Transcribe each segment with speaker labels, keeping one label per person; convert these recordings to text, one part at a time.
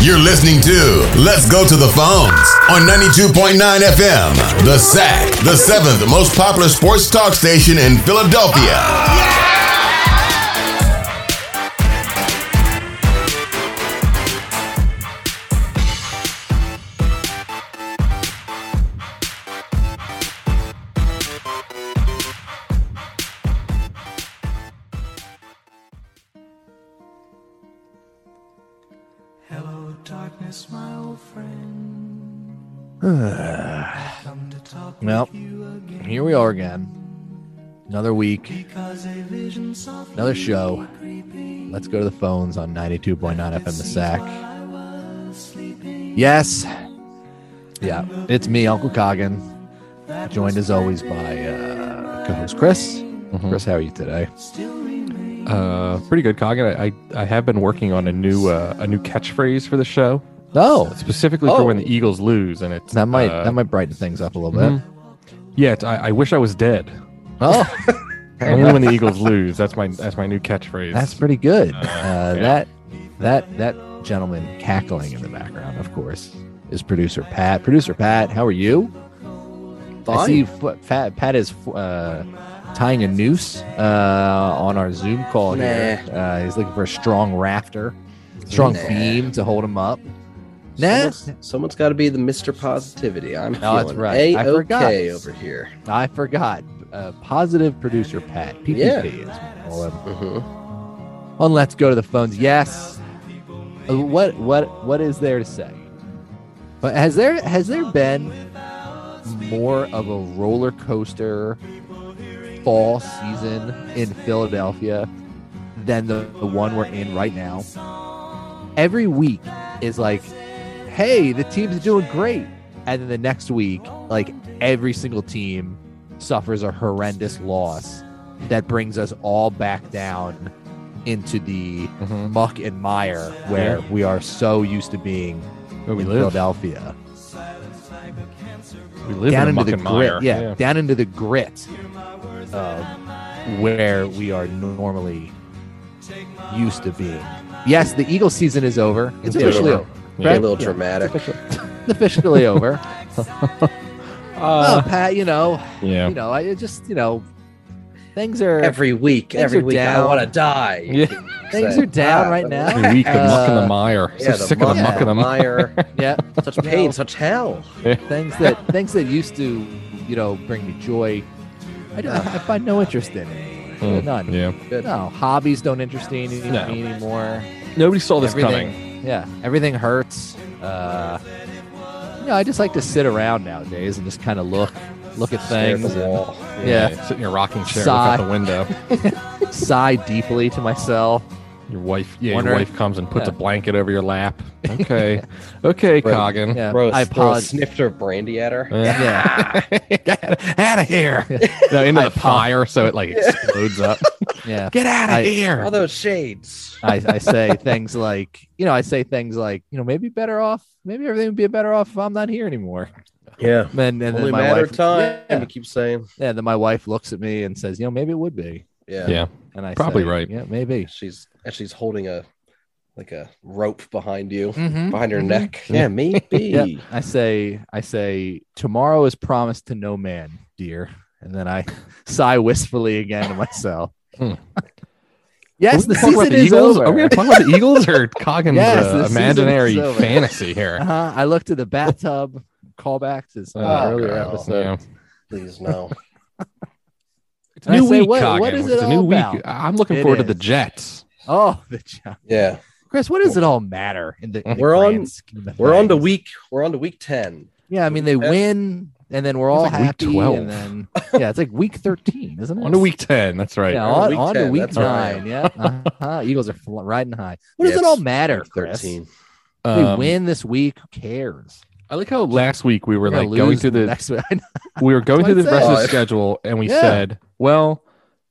Speaker 1: You're listening to Let's Go to the Phones on 92.9 FM, the SAC, the seventh most popular sports talk station in Philadelphia.
Speaker 2: Hello, darkness, my old friend. I've come to talk
Speaker 3: Well,
Speaker 2: with you again
Speaker 3: Here we are again. Another week,
Speaker 2: because a vision softly
Speaker 3: another show.
Speaker 2: creeping.
Speaker 3: Let's go to the phones on 92.9 FM The Sack.
Speaker 2: I was sleeping.
Speaker 3: Yes. Yeah, it's me, Uncle Coggin, joined as always by uh, co host Chris. Chris, how are you today?
Speaker 4: Uh, pretty good, Coggin. I, I I have been working on a new uh, a new catchphrase for the show,
Speaker 3: No,
Speaker 4: specifically
Speaker 3: Oh.
Speaker 4: for when the Eagles lose, and it's
Speaker 3: that might
Speaker 4: uh,
Speaker 3: that might brighten things up a little bit.
Speaker 4: mhm. Yeah, it's, I, I wish I was dead.
Speaker 3: Oh,
Speaker 4: Only when the Eagles lose. That's my that's my new catchphrase.
Speaker 3: that's pretty good. Uh,
Speaker 4: yeah.
Speaker 3: That that that gentleman cackling in the background, of course, is producer Pat. Producer Pat, how are you? I see f- Pat, Pat is uh, tying a noose uh, on our Zoom call here. Uh, he's looking for a strong rafter, strong
Speaker 5: Nah.
Speaker 3: beam to hold him up. Nah,
Speaker 5: Someone's- someone's got to be the Mr. Positivity. I'm
Speaker 3: No, that's
Speaker 5: feeling
Speaker 3: right. I forgot.
Speaker 5: A-OK over here.
Speaker 3: I forgot. Uh, positive producer Pat, PPP
Speaker 5: Yeah.
Speaker 3: is what we call him.
Speaker 5: Mhm.
Speaker 3: On Let's Go to the Phones. Yes. Uh, What what what is there to say? But has there has there been more of a roller coaster fall season in Philadelphia than the, the one we're in right now? Every week is like, hey, the team's doing great. And then the next week, like every single team suffers a horrendous loss that brings us all back down into the
Speaker 4: Mhm.
Speaker 3: muck and mire where we are so used to being
Speaker 4: Where we
Speaker 3: in
Speaker 4: live.
Speaker 3: Philadelphia.
Speaker 4: We live
Speaker 3: down
Speaker 4: in
Speaker 3: into
Speaker 4: muck
Speaker 3: the
Speaker 4: and mire.
Speaker 3: grit, yeah, down into the grit of where we are normally used to being. Yes, the Eagles season is over. It's,
Speaker 4: It's
Speaker 3: officially over.
Speaker 4: over.
Speaker 5: Be
Speaker 3: Right?
Speaker 5: A little
Speaker 3: Yeah.
Speaker 5: dramatic.
Speaker 3: Officially over. well,
Speaker 4: Uh,
Speaker 3: Pat, you know,
Speaker 4: yeah.
Speaker 3: Oh. you know, I it just, you know, things are
Speaker 5: Every week,
Speaker 3: Things
Speaker 5: every
Speaker 3: are
Speaker 5: week, I
Speaker 3: down.
Speaker 5: want to die.
Speaker 4: Yeah.
Speaker 3: things
Speaker 5: Say,
Speaker 3: are down
Speaker 5: "Ah,
Speaker 3: right
Speaker 5: but-
Speaker 3: now.
Speaker 4: Every week, the muck and
Speaker 3: Uh,
Speaker 4: the mire.
Speaker 5: Yeah,
Speaker 4: so sick of the
Speaker 3: muck,
Speaker 4: muck
Speaker 5: the
Speaker 4: and the mire.
Speaker 5: mire.
Speaker 3: Yeah,
Speaker 5: such pain,
Speaker 3: No.
Speaker 5: such hell.
Speaker 3: things that things that used to, you know, bring me joy. I, don't, I find no interest in it. anymore.
Speaker 4: Mm,
Speaker 3: None.
Speaker 4: Yeah.
Speaker 5: Good.
Speaker 3: No, hobbies don't interest me any-
Speaker 4: No.
Speaker 3: me anymore.
Speaker 4: Nobody saw this
Speaker 3: everything,
Speaker 4: coming.
Speaker 3: Yeah, everything hurts. Uh, you know, I just like to sit around nowadays and just kind of look, look at
Speaker 5: Stare at
Speaker 3: things,
Speaker 5: the wall.
Speaker 3: Yeah.
Speaker 4: Sit in your rocking chair,
Speaker 3: Sigh.
Speaker 4: look out the window.
Speaker 3: sigh deeply to myself.
Speaker 4: Your wife, yeah,
Speaker 3: Wondering-
Speaker 4: your wife comes and puts
Speaker 3: yeah.
Speaker 4: a blanket over your lap. Okay, okay,
Speaker 5: Right.
Speaker 4: Coggin.
Speaker 3: Yeah,
Speaker 5: Throw
Speaker 3: I
Speaker 5: a, throw a
Speaker 3: apologize.
Speaker 5: snifter of brandy at her.
Speaker 4: Yeah.
Speaker 3: Yeah,
Speaker 4: get out of here. no, into the fire, so it like explodes up.
Speaker 3: yeah.
Speaker 4: Get out of
Speaker 3: I-
Speaker 4: here.
Speaker 5: All those shades.
Speaker 3: I, I say things like, you know, I say things like, you know, maybe better off, maybe everything would be better off if I'm not here anymore.
Speaker 5: Yeah.
Speaker 3: And, and then
Speaker 5: Only
Speaker 3: my
Speaker 5: matter
Speaker 3: wife,
Speaker 5: of time.
Speaker 3: Yeah.
Speaker 5: You keep saying.
Speaker 3: Yeah, then my wife looks at me and says, you know, maybe it would be.
Speaker 5: Yeah.
Speaker 4: yeah,
Speaker 3: And I
Speaker 4: Probably
Speaker 3: say,
Speaker 4: right.
Speaker 3: Yeah, maybe.
Speaker 5: She's and she's holding a like a rope behind you,
Speaker 3: Mm-hmm.
Speaker 5: behind her neck. Yeah, maybe.
Speaker 3: Yep. I say, I say, tomorrow is promised to no man, dear. And then I sigh wistfully again to myself.
Speaker 4: Hmm.
Speaker 3: yes, the
Speaker 4: Are we gonna talk about
Speaker 3: season
Speaker 4: the
Speaker 3: is
Speaker 4: Eagles?
Speaker 3: over.
Speaker 4: Are we going to talk about the Eagles or Coggin's
Speaker 3: Yes, the
Speaker 4: uh,
Speaker 3: season
Speaker 4: imaginary
Speaker 3: is over.
Speaker 4: fantasy here? Uh,
Speaker 3: uh-huh. I looked at the bathtub callback to some
Speaker 5: Oh,
Speaker 3: Ah, earlier
Speaker 5: God.
Speaker 3: episode.
Speaker 4: Yeah.
Speaker 5: Please no.
Speaker 4: It's
Speaker 3: And I say, what- what
Speaker 4: Coggin.
Speaker 3: is it
Speaker 4: it's a
Speaker 3: all
Speaker 4: new week.
Speaker 3: about?
Speaker 4: I'm looking
Speaker 3: It
Speaker 4: forward to the
Speaker 3: is.
Speaker 4: Jets.
Speaker 3: Oh, the job.
Speaker 5: Yeah.
Speaker 3: Chris, what does it all matter? In the, in the
Speaker 5: We're on-
Speaker 3: grand scheme of
Speaker 5: We're on to
Speaker 3: things?
Speaker 5: week. We're on to week ten.
Speaker 3: Yeah, I mean they
Speaker 5: Yeah.
Speaker 3: win, and then we're all
Speaker 4: like week
Speaker 3: happy,
Speaker 4: 12.
Speaker 3: and then yeah, it's like week thirteen, isn't it?
Speaker 4: On to week ten. That's right.
Speaker 3: yeah,
Speaker 5: We're on
Speaker 3: on,
Speaker 5: week
Speaker 3: on to
Speaker 5: 10,
Speaker 3: week
Speaker 5: that's right.
Speaker 3: nine. Yeah, uh-huh. Eagles are fl- riding high. What
Speaker 5: Yeah,
Speaker 3: does it all
Speaker 5: it's
Speaker 3: matter,
Speaker 5: Week
Speaker 3: Chris?
Speaker 5: Thirteen.
Speaker 3: they
Speaker 4: Um,
Speaker 3: win this week. Who cares?
Speaker 4: I like how last week we were
Speaker 3: They're
Speaker 4: like
Speaker 3: gonna
Speaker 4: going
Speaker 3: lose
Speaker 4: through the
Speaker 3: next week. I know.
Speaker 4: we were going
Speaker 3: That's
Speaker 4: through the
Speaker 3: what I'm
Speaker 4: rest of the
Speaker 5: saying.
Speaker 4: schedule and we
Speaker 3: Yeah.
Speaker 4: said, well,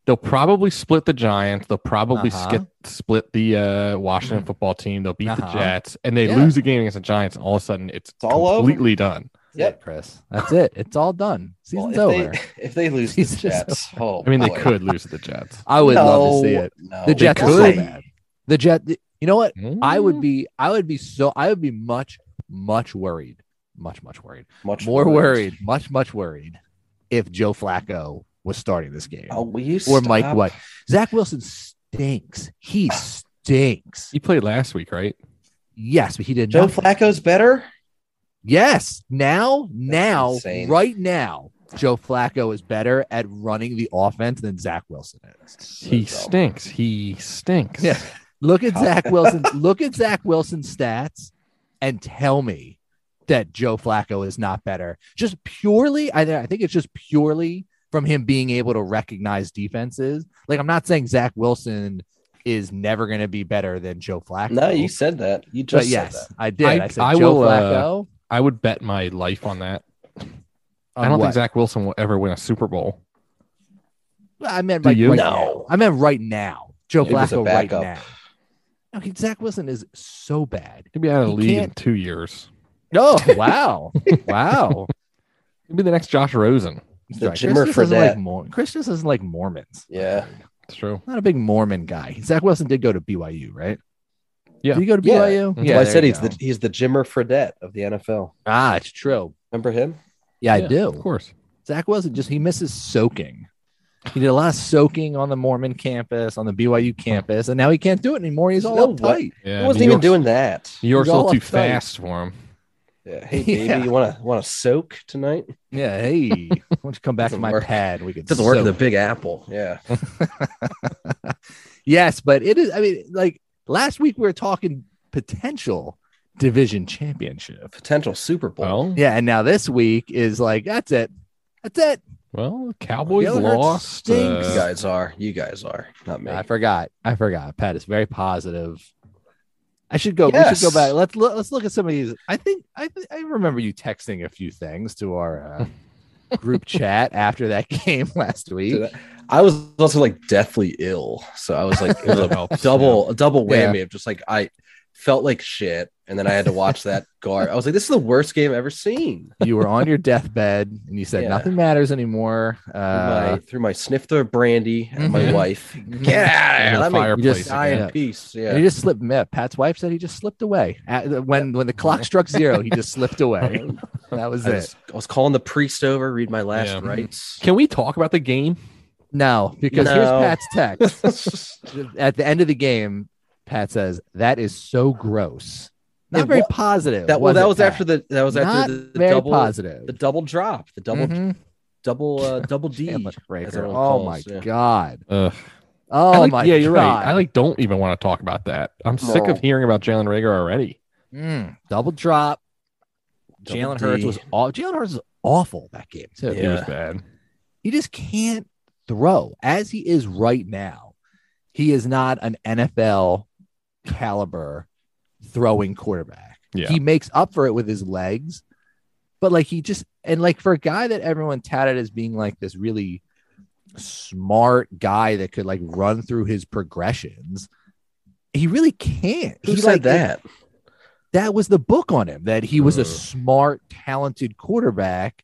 Speaker 4: they'll probably split the Giants. They'll probably
Speaker 3: Uh-huh. Mm.
Speaker 4: skip, split the uh, Washington football team. They'll beat
Speaker 3: Uh-huh.
Speaker 4: the Jets and they
Speaker 3: Yeah.
Speaker 4: lose a game against the Giants. And all of a sudden, it's,
Speaker 5: It's all over.
Speaker 4: completely done.
Speaker 3: That's it, Chris. That's it. It's all done.
Speaker 5: Well,
Speaker 3: Season's over.
Speaker 5: if, they, if they lose
Speaker 3: Season's
Speaker 5: the Jets, oh,
Speaker 4: I mean, they
Speaker 5: boy.
Speaker 4: could lose to the Jets.
Speaker 3: I would love to see it.
Speaker 5: No,
Speaker 3: The Jets are so
Speaker 5: could.
Speaker 3: bad. The Jet. You know what? I
Speaker 4: Mm.
Speaker 3: would be I would be so I would be much much worried, much much worried,
Speaker 5: Much
Speaker 3: more worried, much much worried if Joe Flacco was starting this game.
Speaker 5: Oh, will you
Speaker 3: Or Mike
Speaker 5: stop?
Speaker 3: White. Zach Wilson stinks. He stinks.
Speaker 4: He played last week, right?
Speaker 3: Yes, but he did
Speaker 5: Joe
Speaker 3: not.
Speaker 5: Flacco's better.
Speaker 3: yes, now now
Speaker 5: insane.
Speaker 3: right now Joe Flacco is better at running the offense than Zach Wilson is.
Speaker 4: He
Speaker 5: So dumb.
Speaker 4: stinks. He stinks.
Speaker 3: Yeah. Look at
Speaker 5: How-
Speaker 3: Zach Wilson. look at Zach Wilson's stats and tell me that Joe Flacco is not better. Just purely, I, I think it's just purely from him being able to recognize defenses. Like, I'm not saying Zach Wilson is never going to be better than Joe Flacco.
Speaker 5: No, you said that. You
Speaker 3: but
Speaker 5: just
Speaker 3: yes,
Speaker 5: said
Speaker 3: I did. I,
Speaker 4: I-
Speaker 3: said
Speaker 4: I
Speaker 3: Joe
Speaker 4: will, uh,
Speaker 3: Flacco.
Speaker 4: I would bet my life on that.
Speaker 3: on
Speaker 4: I don't
Speaker 3: what?
Speaker 4: think Zach Wilson will ever win a Super Bowl.
Speaker 3: I meant
Speaker 4: Do
Speaker 3: like
Speaker 4: you?
Speaker 3: right
Speaker 5: No.
Speaker 3: now. I meant right now. Joe
Speaker 5: He was a
Speaker 3: Flacco right
Speaker 5: backup.
Speaker 3: now. No, he, Zach Wilson is so bad.
Speaker 4: He'll be out of the
Speaker 3: He
Speaker 4: league in
Speaker 3: can't-
Speaker 4: two years.
Speaker 3: Oh wow, wow.
Speaker 4: He'll be the next Josh Rosen.
Speaker 3: Sorry,
Speaker 5: The Jimmer
Speaker 3: Chris doesn't
Speaker 5: Fredette.
Speaker 3: Like Mor- Chris just isn't like Mormons.
Speaker 5: that. Yeah.
Speaker 4: It's true.
Speaker 3: Not a big Mormon guy. Zach Wilson did go to BYU, right?
Speaker 4: Yeah.
Speaker 3: Did he go to
Speaker 5: Yeah.
Speaker 3: BYU?
Speaker 4: That's
Speaker 5: Well, I
Speaker 3: there
Speaker 5: said
Speaker 3: you
Speaker 5: he's
Speaker 3: go.
Speaker 5: the he's the Jimmer Fredette of the NFL.
Speaker 3: ah, it's true.
Speaker 5: Remember him?
Speaker 3: Yeah, I
Speaker 4: Yeah, Of
Speaker 3: do.
Speaker 4: course.
Speaker 3: Zach Wilson just he misses soaking. He did a lot of soaking on the Mormon campus, on the BYU campus, and now he can't do it anymore. He's
Speaker 5: You
Speaker 3: all
Speaker 5: know
Speaker 3: uptight.
Speaker 5: what?
Speaker 4: Yeah.
Speaker 5: he wasn't
Speaker 4: New
Speaker 5: even
Speaker 4: York's-
Speaker 5: doing that.
Speaker 4: New York's a
Speaker 3: He's all
Speaker 4: little too
Speaker 3: uptight.
Speaker 4: fast for him.
Speaker 5: Yeah. Hey, baby,
Speaker 3: Yeah.
Speaker 5: you want to want to soak tonight?
Speaker 3: Yeah, hey, why don't you come back to
Speaker 5: Doesn't
Speaker 3: my
Speaker 5: work.
Speaker 3: pad? We could
Speaker 5: Doesn't work in the
Speaker 3: soak.
Speaker 5: Big Apple. Yeah.
Speaker 3: Yes, but it is. I mean, like last week we were talking potential division championship.
Speaker 5: Potential Super Bowl.
Speaker 4: Well,
Speaker 3: Yeah, and now this week is like that's it. That's it.
Speaker 4: well, Cowboys
Speaker 3: Jalen Hurts
Speaker 4: lost.
Speaker 3: stinks.
Speaker 5: you
Speaker 4: uh,
Speaker 5: guys are. You guys are. Not me.
Speaker 3: I forgot. I forgot. Pat is very positive. I should go. We should
Speaker 5: Yes.
Speaker 3: go back. Let's look. Let's look at some of these. I think. I th- I remember you texting a few things to our uh, group chat after that game last
Speaker 5: Did
Speaker 3: week.
Speaker 5: I- I was also like deathly ill, so I was like it was
Speaker 4: That
Speaker 5: a
Speaker 4: helps,
Speaker 5: double a double
Speaker 4: Yeah.
Speaker 5: whammy of just like I felt like shit, and then I had to watch that guard. I was like, this is the worst game I've ever seen.
Speaker 3: You were on your deathbed and you said
Speaker 5: Yeah.
Speaker 3: nothing matters anymore.
Speaker 5: Through my
Speaker 3: Uh,
Speaker 5: through my snifter brandy and my
Speaker 3: Mhm.
Speaker 5: wife.
Speaker 3: Mhm.
Speaker 5: Get
Speaker 4: And the
Speaker 5: out! of here. Let me
Speaker 4: fireplace
Speaker 5: just die
Speaker 3: again.
Speaker 5: in peace.
Speaker 3: and he
Speaker 5: Yeah.
Speaker 3: just slipped. Yeah, Pat's wife said he just slipped away At- when when the clock struck zero. He just slipped away. That was
Speaker 5: I
Speaker 3: it.
Speaker 5: was, I was calling the priest over, read my last
Speaker 4: Yeah.
Speaker 5: rites.
Speaker 4: Can we talk about the game?
Speaker 3: No, because here's
Speaker 5: No.
Speaker 3: Pat's text. at the end of the game, Pat says, "That is so gross." Not
Speaker 5: It
Speaker 3: very
Speaker 5: wa-
Speaker 3: positive.
Speaker 5: that well,
Speaker 3: was
Speaker 5: that
Speaker 3: it,
Speaker 5: was
Speaker 3: Pat?
Speaker 5: after the that was after
Speaker 3: Not
Speaker 5: the, the
Speaker 3: very
Speaker 5: double
Speaker 3: positive.
Speaker 5: the double drop, the double
Speaker 3: Mhm.
Speaker 5: double uh, double D.
Speaker 3: Sandwich breaker.
Speaker 5: as everyone
Speaker 3: Oh
Speaker 5: calls,
Speaker 3: my
Speaker 5: yeah.
Speaker 3: god.
Speaker 4: Ugh. Uh, I
Speaker 3: Oh
Speaker 4: like-
Speaker 3: my.
Speaker 4: yeah, you're
Speaker 3: god.
Speaker 4: right. I like don't even want to talk about that. I'm sick
Speaker 5: No.
Speaker 4: of hearing about Jalen Rager already.
Speaker 3: Mm, double drop.
Speaker 5: Double
Speaker 3: Jalen Hurts
Speaker 5: D.
Speaker 3: was aw- Jalen Hurts was awful that game too.
Speaker 4: He was
Speaker 5: Yeah.
Speaker 4: bad.
Speaker 3: He just can't throw as he is right now. He is not an NFL caliber throwing quarterback.
Speaker 4: Yeah.
Speaker 3: He makes up for it with his legs, but like he just and like for a guy that everyone touted as being like this really smart guy that could like run through his progressions, he really can't.
Speaker 5: Who
Speaker 3: he
Speaker 5: said
Speaker 3: like
Speaker 5: that?
Speaker 3: that was the book on him that he was
Speaker 4: Uh.
Speaker 3: a smart, talented quarterback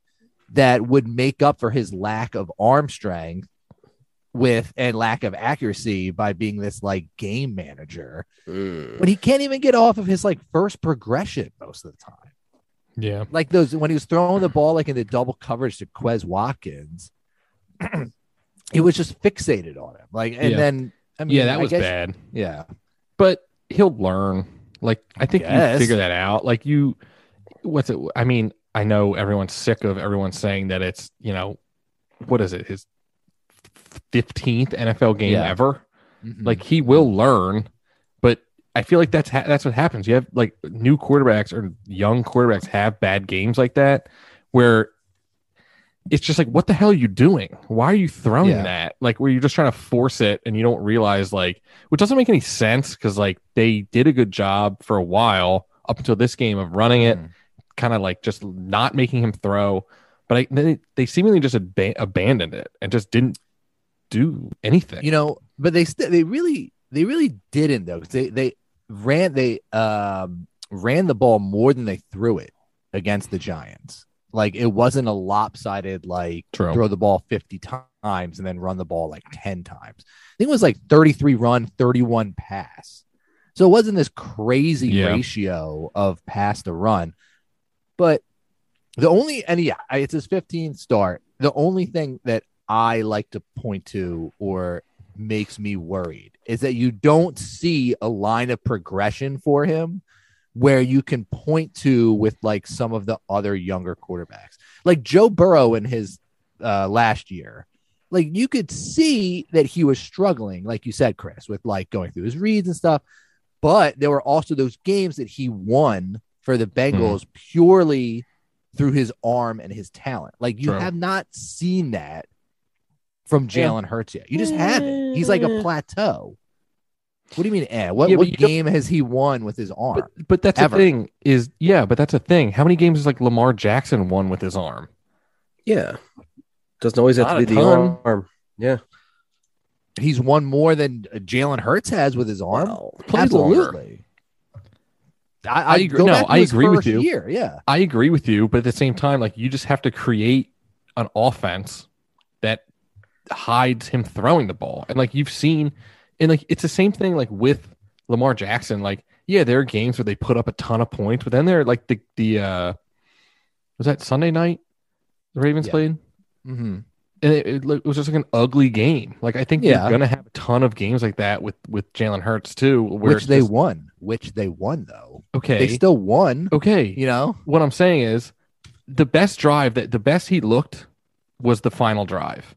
Speaker 3: that would make up for his lack of arm strength with and lack of accuracy by being this like game manager.
Speaker 5: Mm.
Speaker 3: But he can't even get off of his like first progression most of the time.
Speaker 4: Yeah.
Speaker 3: Like those when he was throwing the ball like in the double coverage to Quez Watkins, it was just fixated on him. Like and
Speaker 4: Yeah.
Speaker 3: then I mean
Speaker 4: yeah, that
Speaker 3: I
Speaker 4: was
Speaker 3: guess-
Speaker 4: bad.
Speaker 3: Yeah.
Speaker 4: But he'll learn. Like I think you
Speaker 3: guess.
Speaker 4: figure that out. Like you what's it I mean, I know everyone's sick of everyone saying that it's, you know, what is it? His 15th NFL game
Speaker 3: Yeah.
Speaker 4: ever.
Speaker 3: Mhm.
Speaker 4: Like he will learn, but I feel like that's ha- that's what happens. You have like new quarterbacks or young quarterbacks have bad games like that, where it's just like, what the hell are you doing? Why are you throwing
Speaker 3: Yeah.
Speaker 4: that? Like where you're just trying to force it and you don't realize like, which doesn't make any sense because like they did a good job for a while up until this game of running it,
Speaker 3: Mhm.
Speaker 4: kind of like just not making him throw. But I, they, they seemingly just aba- abandoned it and just didn't do anything.
Speaker 3: you know but they still they really they really didn't though 'cause they they ran they um ran the ball more than they threw it against the giants like it wasn't a lopsided like
Speaker 4: True.
Speaker 3: throw the ball 50 times and then run the ball like 10 times i think it was like 33 run 31 pass So it wasn't this crazy
Speaker 4: Yeah.
Speaker 3: ratio of pass to run, but the only and yeah, I- it's his 15 start. The only thing that I like to point to or makes me worried is that you don't see a line of progression for him where you can point to with like some of the other younger quarterbacks, like Joe Burrow in his uh, last year. Like you could see that he was struggling, like you said, Chris, with like going through his reads and stuff. But there were also those games that he won for
Speaker 4: Hmm.
Speaker 3: the Bengals purely through his arm and his talent. Like you
Speaker 4: True.
Speaker 3: have not seen that from Jalen Hurts yet. You just haven't. He's like a plateau. What do you mean? Eh? What,
Speaker 4: Yeah, but
Speaker 3: what
Speaker 4: you don't-
Speaker 3: game has he won with his arm?
Speaker 4: But, but that's
Speaker 3: Ever.
Speaker 4: the thing is yeah, but that's a thing. How many games is like Lamar Jackson won with his arm?
Speaker 5: Yeah. Doesn't always have
Speaker 4: Not
Speaker 5: to be
Speaker 4: a
Speaker 5: the
Speaker 4: ton.
Speaker 5: arm. Yeah.
Speaker 3: he's won more than uh, Jalen Hurts has with his arm.
Speaker 5: Well,
Speaker 4: Played longer.
Speaker 3: Absolutely. I, I
Speaker 4: agree-
Speaker 3: Go
Speaker 4: no,
Speaker 3: back to
Speaker 4: I
Speaker 3: his
Speaker 4: agree with
Speaker 3: first
Speaker 4: you.
Speaker 3: Year, yeah.
Speaker 4: I agree with you, but at the same time, like you just have to create an offense that hides him throwing the ball. And like you've seen, and like it's the same thing like with Lamar Jackson. Like, yeah, there are games where they put up a ton of points, but then they're like the the uh was that Sunday night the Ravens
Speaker 3: Yeah.
Speaker 4: played?
Speaker 3: Mm-hmm.
Speaker 4: And it, it look- it was just like an ugly game. Like I think
Speaker 3: Yeah.
Speaker 4: you're gonna have a ton of games like that with with Jalen Hurts too, where
Speaker 3: Which
Speaker 4: it's
Speaker 3: they
Speaker 4: just,
Speaker 3: won. Which they won though.
Speaker 4: okay
Speaker 3: They still won.
Speaker 4: okay
Speaker 3: You know.
Speaker 4: what I'm saying is the best drive that the best he looked was the final drive.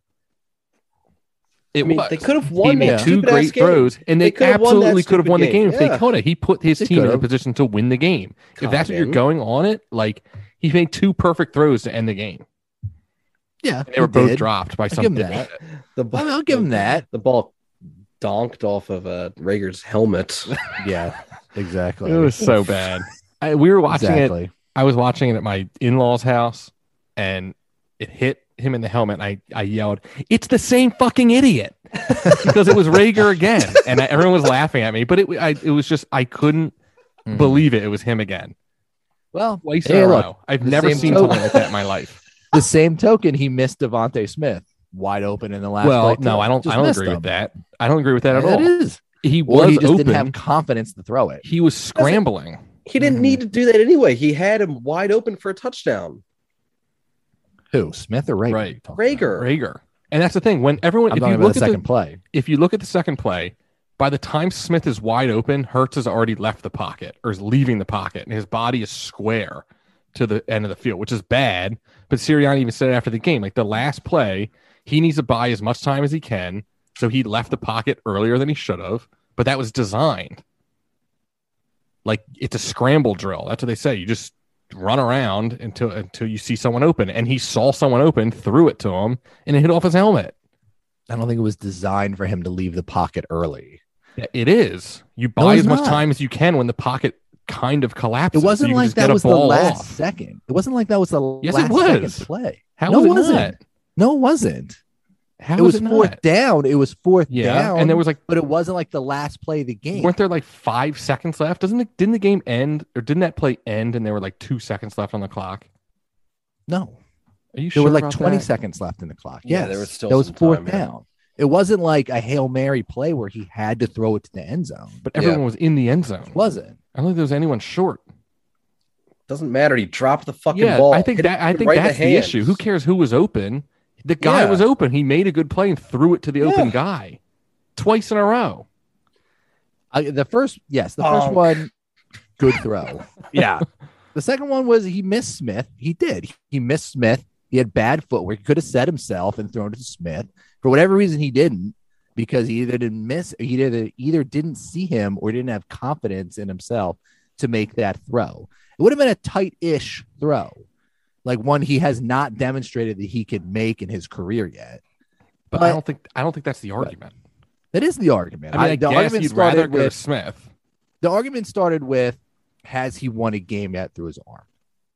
Speaker 4: It
Speaker 5: I mean,
Speaker 4: was.
Speaker 5: they could have
Speaker 4: he
Speaker 5: won
Speaker 4: made
Speaker 5: that
Speaker 4: two
Speaker 5: stupid-ass
Speaker 4: great
Speaker 5: game.
Speaker 4: throws, and
Speaker 5: They
Speaker 4: they,
Speaker 5: could have won that
Speaker 4: absolutely could have
Speaker 5: stupid
Speaker 4: won the
Speaker 5: game,
Speaker 4: game, if
Speaker 5: yeah.
Speaker 4: they could have. He put his
Speaker 3: They
Speaker 4: team in a
Speaker 3: could've.
Speaker 4: position to win the game. if that's what you're
Speaker 5: Could've.
Speaker 4: going on it, like he made two perfect throws to end the game.
Speaker 3: Yeah.
Speaker 4: And they were both
Speaker 3: did.
Speaker 4: dropped by
Speaker 3: give
Speaker 4: some
Speaker 3: him
Speaker 4: dipshit.
Speaker 5: The ball,
Speaker 3: I mean, I'll give him that.
Speaker 5: The ball donked off of uh, Rager's helmet.
Speaker 3: Yeah. Exactly.
Speaker 4: It was so bad. I, we were watching it
Speaker 3: exactly.
Speaker 4: I was watching it at my in-laws' house, and it hit him in the helmet. I I yelled, "It's the same fucking idiot," because it was Rager again, and I, everyone was laughing at me. But it I, it was just I couldn't
Speaker 3: Mhm.
Speaker 4: believe it. It was him again.
Speaker 3: Well,
Speaker 4: Twice
Speaker 3: Hey,
Speaker 4: in a
Speaker 3: look,
Speaker 4: row. I've
Speaker 3: the
Speaker 4: never
Speaker 3: same
Speaker 4: seen
Speaker 3: token.
Speaker 4: something like that in my life.
Speaker 3: the same token, he missed Devonte Smith wide open in the last.
Speaker 4: well,
Speaker 3: play, too.
Speaker 4: no, I don't.
Speaker 3: Just
Speaker 4: I don't
Speaker 3: missed
Speaker 4: agree
Speaker 3: him.
Speaker 4: with that. I don't agree with that at
Speaker 3: That
Speaker 4: all.
Speaker 3: is.
Speaker 4: He
Speaker 3: Or
Speaker 4: was
Speaker 3: he just
Speaker 4: open.
Speaker 3: didn't have confidence to throw it.
Speaker 4: he was scrambling.
Speaker 5: He didn't
Speaker 3: Mhm.
Speaker 5: need to do that anyway. He had him wide open for a touchdown.
Speaker 3: Who? Smith or Rager?
Speaker 4: Right.
Speaker 3: You're talking about?
Speaker 5: Rager.
Speaker 4: Rager. And that's the thing. When everyone,
Speaker 3: I'm
Speaker 4: if
Speaker 3: talking
Speaker 4: you
Speaker 3: about
Speaker 4: look
Speaker 3: the
Speaker 4: at the
Speaker 3: second play.
Speaker 4: if you look at the second play, by the time Smith is wide open, Hertz has already left the pocket or is leaving the pocket, and his body is square to the end of the field, which is bad. But Sirianni even said it after the game, like the last play, he needs to buy as much time as he can, so he left the pocket earlier than he should have. But that was designed. Like it's a scramble drill. That's what they say. You just run around until until you see someone open, and he saw someone open, threw it to him, and it hit off his helmet.
Speaker 3: I don't think it was designed for him to leave the pocket early.
Speaker 4: Yeah, It is. You buy
Speaker 3: it's
Speaker 4: as much
Speaker 3: not.
Speaker 4: time as you can when the pocket kind of
Speaker 3: It
Speaker 4: collapses. so
Speaker 3: wasn't
Speaker 4: you can
Speaker 3: like
Speaker 4: just get
Speaker 3: that
Speaker 4: a
Speaker 3: was the
Speaker 4: ball
Speaker 3: last
Speaker 4: off.
Speaker 3: second. It wasn't like that was the
Speaker 4: Yes, it
Speaker 3: last
Speaker 4: was.
Speaker 3: second play.
Speaker 4: How
Speaker 3: No,
Speaker 4: was
Speaker 3: it
Speaker 4: it
Speaker 3: wasn't.
Speaker 4: not?
Speaker 3: No, it wasn't.
Speaker 4: How
Speaker 3: it was, fourth
Speaker 4: not?
Speaker 3: down. It was fourth
Speaker 4: Yeah,
Speaker 3: down.
Speaker 4: and there was like,
Speaker 3: but it wasn't like the last play of the game.
Speaker 4: weren't there like five seconds left? Doesn't it? Didn't the game end or didn't that play end? And there were like two seconds left on the clock.
Speaker 3: no,
Speaker 4: Are you
Speaker 3: there
Speaker 4: sure?
Speaker 3: were like
Speaker 4: about
Speaker 3: twenty
Speaker 4: that?
Speaker 3: seconds left in the clock.
Speaker 5: Yeah,
Speaker 3: Yes,
Speaker 5: there was still
Speaker 3: that was
Speaker 5: some
Speaker 3: fourth
Speaker 5: time, yeah.
Speaker 3: down. It wasn't like a hail mary play where he had to throw it to the end zone.
Speaker 4: But
Speaker 5: Yeah.
Speaker 4: everyone was in the end zone.
Speaker 3: It wasn't.
Speaker 4: I don't think there was anyone short.
Speaker 5: Doesn't matter. He dropped the fucking
Speaker 4: yeah,
Speaker 5: ball.
Speaker 4: I think
Speaker 5: Hit it
Speaker 4: that I think
Speaker 5: right in
Speaker 4: that's the,
Speaker 5: hands.
Speaker 4: issue. Who cares who was open? The guy
Speaker 5: Yeah.
Speaker 4: was open. He made a good play and threw it to the open
Speaker 5: Yeah.
Speaker 4: guy twice in a row.
Speaker 3: I, the first, yes, the first
Speaker 5: Oh.
Speaker 3: one, good throw.
Speaker 4: Yeah,
Speaker 3: The second one was he missed Smith. He did. He missed Smith. He had bad footwork. He could have set himself and thrown it to Smith. For whatever reason, he didn't because he either didn't miss, he either, either didn't see him or didn't have confidence in himself to make that throw. It would have been a tight ish throw, like one he has not demonstrated that he could make in his career yet.
Speaker 4: but I don't think I don't think that's the argument.
Speaker 3: That is the argument.
Speaker 4: I mean, I,
Speaker 3: the
Speaker 4: guess
Speaker 3: argument
Speaker 4: you'd rather
Speaker 3: started
Speaker 4: go to
Speaker 3: with
Speaker 4: Smith.
Speaker 3: the argument started with has he won a game yet through his arm?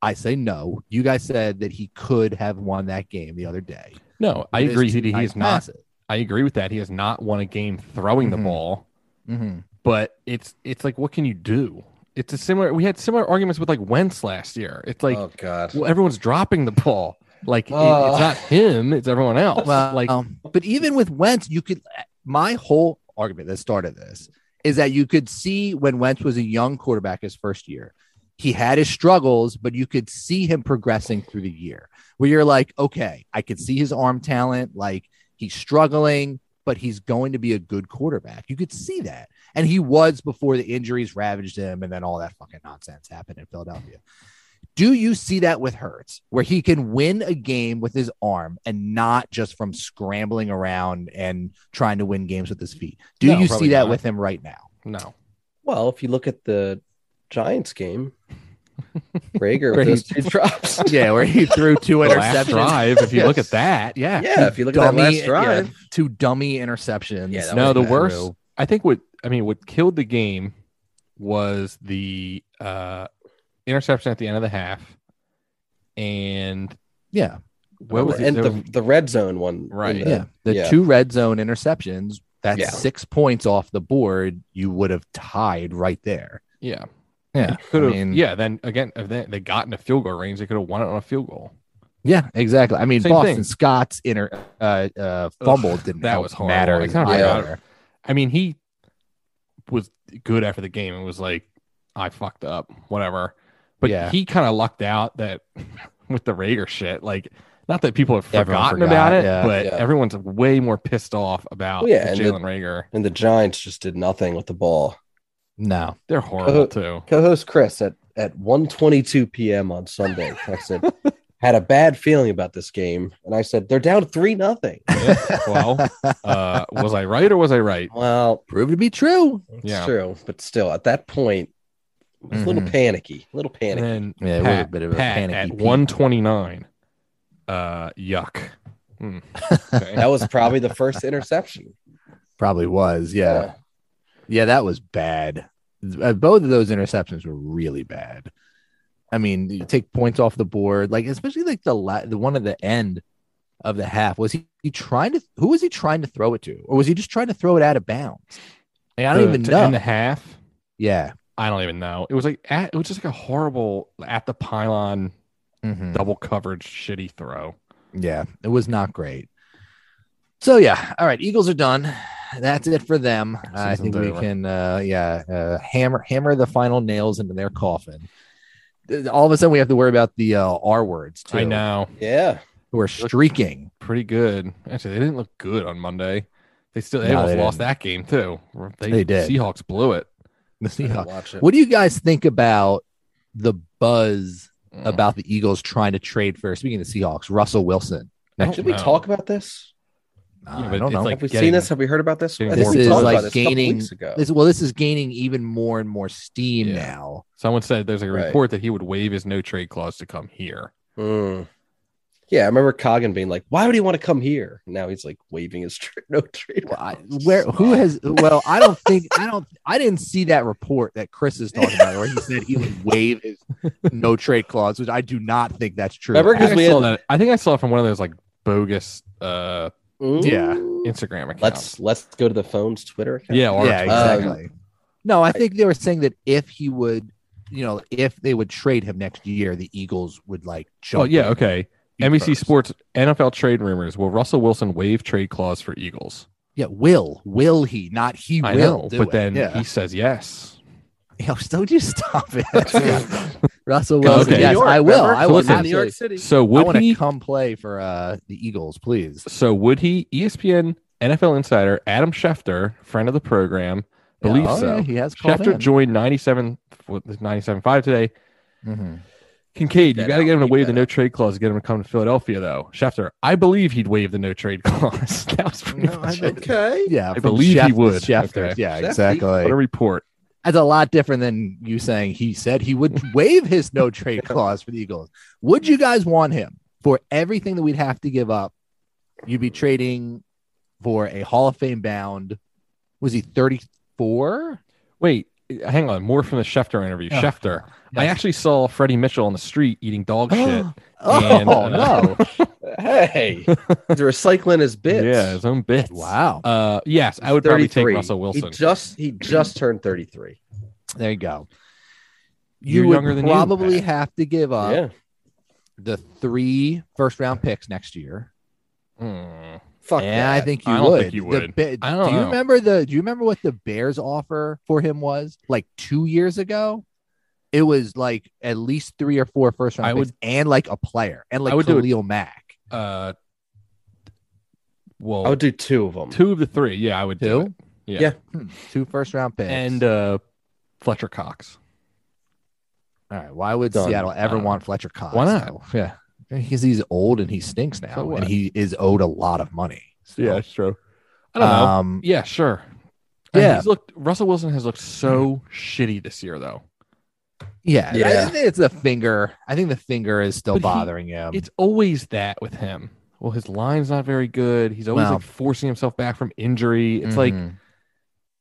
Speaker 3: I say no. You guys said that he could have won that game the other day.
Speaker 4: No, I
Speaker 3: It is
Speaker 4: agree.
Speaker 3: too
Speaker 4: He, he
Speaker 3: tight
Speaker 4: is
Speaker 3: to
Speaker 4: not.
Speaker 3: pass it.
Speaker 4: I agree with that. He has not won a game throwing
Speaker 3: Mhm.
Speaker 4: the ball,
Speaker 3: Mhm.
Speaker 4: but it's it's like what can you do? It's a similar. We had similar arguments with like Wentz last year. It's like
Speaker 5: oh god.
Speaker 4: well, everyone's dropping the ball. Like it-
Speaker 5: Oh.
Speaker 4: it's not him. It's everyone else.
Speaker 3: Well,
Speaker 4: like
Speaker 3: um, but even with Wentz, you could. My whole argument that started this is that you could see when Wentz was a young quarterback his first year, he had his struggles, but you could see him progressing through the year where you're like, okay, I could see his arm talent. Like he's struggling, but he's going to be a good quarterback. You could see that. And he was before the injuries ravaged him and then all that fucking nonsense happened in Philadelphia. Do you see that with Hurts, where he can win a game with his arm and not just from scrambling around and trying to win games with his feet? Do
Speaker 4: No,
Speaker 3: you see
Speaker 4: probably
Speaker 3: that
Speaker 4: not.
Speaker 3: with him right now?
Speaker 4: No.
Speaker 5: Well, if you look at the Giants game, Rager with those two drops.
Speaker 3: Yeah, where he threw two
Speaker 4: The last
Speaker 3: interceptions,
Speaker 4: drive, if you look
Speaker 5: Yes.
Speaker 4: at that, yeah.
Speaker 5: Yeah, if you look at that
Speaker 3: dummy,
Speaker 5: last drive,
Speaker 3: yeah, two dummy interceptions.
Speaker 5: Yeah, that
Speaker 4: No,
Speaker 5: was
Speaker 4: the
Speaker 5: bad.
Speaker 4: worst. I think what I mean what killed the game was the uh interception at the end of the half, and
Speaker 3: yeah,
Speaker 4: what was it?
Speaker 5: Oh, and
Speaker 4: There
Speaker 5: the,
Speaker 4: was-
Speaker 5: the red zone one, in
Speaker 4: Right.
Speaker 5: the-
Speaker 3: yeah. The
Speaker 5: yeah.
Speaker 3: two red zone interceptions. That's
Speaker 5: Yeah.
Speaker 3: six points off the board. You would have tied right there.
Speaker 4: yeah,
Speaker 3: Yeah, I
Speaker 4: could have.
Speaker 3: mean,
Speaker 4: yeah, then again, if they, they got in a field goal range, they could have won it on a field goal.
Speaker 3: yeah, exactly. I mean,
Speaker 4: Same
Speaker 3: Boston
Speaker 4: thing.
Speaker 3: Scott's inter uh, uh, fumble didn't
Speaker 4: that
Speaker 3: help
Speaker 4: was horrible.
Speaker 3: matter.
Speaker 4: I kinda
Speaker 5: forgot
Speaker 3: either.
Speaker 4: I mean, he was good after the game and was like, I fucked up, whatever. But
Speaker 3: Yeah.
Speaker 4: he kind of lucked out that with the Rager shit. Like, not that people have
Speaker 3: Everyone
Speaker 4: forgotten
Speaker 3: forgot,
Speaker 4: about it,
Speaker 3: yeah.
Speaker 4: but
Speaker 5: Yeah.
Speaker 4: everyone's way more pissed off about
Speaker 5: Well, yeah, and the-
Speaker 4: Jalen Rager.
Speaker 5: and the Giants just did nothing with the ball.
Speaker 3: No,
Speaker 4: They're horrible
Speaker 3: Oh.
Speaker 5: Uh,
Speaker 4: too.
Speaker 5: Co-host Chris at at 1:22 p.m. on Sunday texted, had a bad feeling about this game, and I said they're down three nothing.
Speaker 4: Yeah. Well, uh, was I right or was I right?
Speaker 5: Well,
Speaker 3: proved to be true.
Speaker 5: it's
Speaker 4: Yeah. Mm-hmm.
Speaker 5: true, but still at that point, it was a little
Speaker 3: Mhm.
Speaker 5: panicky, a little
Speaker 4: And
Speaker 5: panicky.
Speaker 4: then
Speaker 3: Yeah, it was a
Speaker 4: Pat,
Speaker 3: bit of a
Speaker 4: Pat
Speaker 3: panicky
Speaker 4: at
Speaker 3: peak.
Speaker 4: one twenty nine. Uh, yuck. Hmm. Okay.
Speaker 5: That was probably the first interception.
Speaker 3: Probably was. Yeah, Yeah, that was bad. Uh, Both of those interceptions were really bad. I mean, you take points off the board, like especially like the la- the one at the end of the half. Was he, he trying to? Who was he trying to throw it to, or was he just trying to throw it out of bounds? Like, I don't
Speaker 4: To-
Speaker 3: even
Speaker 4: to
Speaker 3: know.
Speaker 4: end the half.
Speaker 3: yeah,
Speaker 4: I don't even know. It was like at, it was just like a horrible at the pylon
Speaker 3: Mhm.
Speaker 4: double coverage shitty throw.
Speaker 3: yeah, it was not great. So yeah, all right, Eagles are done. That's it for them. I
Speaker 4: Season's
Speaker 3: think we
Speaker 4: over.
Speaker 3: can, uh, yeah, uh, hammer hammer the final nails into their coffin. Th- All of a sudden, we have to worry about the uh, R words too.
Speaker 4: I know,
Speaker 5: Yeah.
Speaker 3: who are streaking.
Speaker 4: pretty good. Actually, they didn't look good on Monday. They still they
Speaker 3: No,
Speaker 4: almost
Speaker 3: they
Speaker 4: lost that game too.
Speaker 3: They did.
Speaker 4: Seahawks blew it.
Speaker 3: The Seahawks.
Speaker 5: Watch it.
Speaker 3: What do you guys think about the buzz
Speaker 4: Mm.
Speaker 3: about the Eagles trying to trade for? Speaking of the Seahawks, Russell Wilson.
Speaker 4: I don't
Speaker 5: Should we
Speaker 4: know.
Speaker 5: talk about this?
Speaker 3: Uh,
Speaker 4: Yeah,
Speaker 3: I
Speaker 4: but
Speaker 3: don't
Speaker 4: it's
Speaker 3: know.
Speaker 4: like-
Speaker 5: Have
Speaker 4: Oh,
Speaker 5: we
Speaker 4: getting-
Speaker 5: seen this? Have we heard about this?
Speaker 4: getting
Speaker 5: I think
Speaker 4: more
Speaker 5: we
Speaker 4: This
Speaker 5: talked
Speaker 4: is
Speaker 5: about
Speaker 3: like
Speaker 5: this a couple
Speaker 3: gaining-
Speaker 5: weeks ago.
Speaker 3: this, well, this is gaining even more and more steam
Speaker 4: Yeah.
Speaker 3: now.
Speaker 4: Someone said there's like a
Speaker 5: Right.
Speaker 4: report that he would waive his no trade clause to come here.
Speaker 5: Mm. Yeah, I remember Coggin being like, "Why would he want to come here?" Now he's like waving his tra- no trade.
Speaker 3: Well, I, where who has? Well, I don't think I don't. I didn't see that report that Chris is talking about, where he said he would waive his no trade clause, which I do not think that's true.
Speaker 5: Remember,
Speaker 4: I think
Speaker 5: 'Cause we
Speaker 4: I, saw
Speaker 5: had-
Speaker 4: that- I think I saw it from one of those like bogus uh
Speaker 5: Mm.
Speaker 3: Yeah.
Speaker 4: Instagram accounts.
Speaker 5: Let's let's go to the phone's Twitter account.
Speaker 4: yeah, or
Speaker 3: yeah,
Speaker 5: Um,
Speaker 3: exactly. no, I think they were saying that if he would, you know, if they would trade him next year, the Eagles would like jump.
Speaker 4: Oh yeah,
Speaker 3: in
Speaker 4: okay.
Speaker 3: feet
Speaker 4: NBC
Speaker 3: first.
Speaker 4: Sports NFL trade rumors. Will Russell Wilson waive trade clause for Eagles?
Speaker 3: Yeah, will will he? Not he
Speaker 4: I
Speaker 3: will.
Speaker 4: know,
Speaker 3: do
Speaker 4: but
Speaker 3: it.
Speaker 4: then
Speaker 3: yeah.
Speaker 4: he says yes.
Speaker 3: Yo, so just stop it. Russell Wilson.
Speaker 4: Okay.
Speaker 3: Yes, I will.
Speaker 5: Remember?
Speaker 3: I will.
Speaker 4: Listen,
Speaker 5: New York
Speaker 3: Absolutely.
Speaker 5: City.
Speaker 4: So
Speaker 3: I
Speaker 4: would
Speaker 3: want to
Speaker 4: he?
Speaker 3: come play for uh, the Eagles, please.
Speaker 4: So would he? E ESPN NFL insider Adam Schefter, friend of the program, believe
Speaker 3: Yeah, oh,
Speaker 4: so.
Speaker 3: yeah, he has called
Speaker 4: Schefter
Speaker 3: in.
Speaker 4: joined 97, what, 97.5 today.
Speaker 3: Mhm.
Speaker 4: Kincaid,
Speaker 5: Keep
Speaker 4: you
Speaker 5: that
Speaker 4: got to
Speaker 5: out,
Speaker 4: get him to
Speaker 5: keep
Speaker 4: waive the
Speaker 5: that
Speaker 4: no trade clause to get him to come to Philadelphia, though. Schefter, I believe he'd waive the no trade clause. that was pretty
Speaker 3: No, I
Speaker 4: much
Speaker 3: don't-
Speaker 4: it.
Speaker 5: Okay.
Speaker 3: Yeah,
Speaker 4: I
Speaker 3: from
Speaker 4: believe he
Speaker 3: Schef-
Speaker 4: would.
Speaker 3: Schefter.
Speaker 4: Okay.
Speaker 3: Yeah,
Speaker 5: Schefter.
Speaker 3: exactly.
Speaker 4: What a report.
Speaker 3: That's a lot different than you saying he said he would waive his no trade clause for the Eagles. Would you guys want him for everything that we'd have to give up? You'd be trading for a Hall of Fame bound. Was he 34?
Speaker 4: Wait, hang on. More from the Schefter interview.
Speaker 3: Yeah.
Speaker 4: Schefter, I
Speaker 3: Yes.
Speaker 4: actually saw Freddie Mitchell on the street eating dog shit.
Speaker 3: Oh,
Speaker 4: And, uh,
Speaker 3: no.
Speaker 5: Hey, he's recycling his bits.
Speaker 4: Yeah, his own bits.
Speaker 3: wow.
Speaker 4: Uh, yes, I would probably take Russell Wilson.
Speaker 5: He just he just turned thirty three.
Speaker 3: There you go.
Speaker 4: You're
Speaker 3: You would
Speaker 4: younger than you,
Speaker 3: probably
Speaker 4: Pat.
Speaker 3: have to give up
Speaker 5: yeah,
Speaker 3: the three first round picks next year.
Speaker 4: Hmm.
Speaker 5: Fuck
Speaker 3: Yeah, I
Speaker 5: that.
Speaker 3: think you
Speaker 4: I
Speaker 3: would.
Speaker 4: don't think you
Speaker 3: The
Speaker 4: would.
Speaker 3: Ba-
Speaker 4: I don't
Speaker 3: do you
Speaker 4: know.
Speaker 3: remember the? Do you remember what the Bears' offer for him was like two years ago? It was like at least three or four first round
Speaker 4: I
Speaker 3: picks
Speaker 4: would-
Speaker 3: and like a player and like
Speaker 4: I would do it.
Speaker 3: Khalil Mack.
Speaker 4: Uh, well,
Speaker 5: I would do two of them.
Speaker 4: two of the three. Yeah, I would do.
Speaker 3: Two?
Speaker 4: it. Yeah.
Speaker 5: Oh, Yeah.
Speaker 3: Hmm, Two first round picks.
Speaker 4: And uh, Fletcher Cox.
Speaker 3: all right, why would
Speaker 5: Done.
Speaker 3: Seattle ever
Speaker 4: Uh,
Speaker 3: want Fletcher Cox?
Speaker 4: Why not?
Speaker 3: though?
Speaker 4: Yeah.
Speaker 3: Because he's old and he stinks now,
Speaker 4: So what?
Speaker 3: and he is owed a lot of money. So,
Speaker 4: Yeah, it's true. I don't know.
Speaker 3: um,
Speaker 4: Yeah, sure. And
Speaker 3: Yeah.
Speaker 4: he's looked. Russell Wilson has looked so shitty this year, though.
Speaker 3: Yeah,
Speaker 5: Yeah.
Speaker 3: I think it's the finger. I think the finger is still
Speaker 4: But he-
Speaker 3: bothering him.
Speaker 4: It's always that with him. Well, his line's not very good. He's always
Speaker 3: Well.
Speaker 4: like forcing himself back from injury. It's like
Speaker 3: Mhm.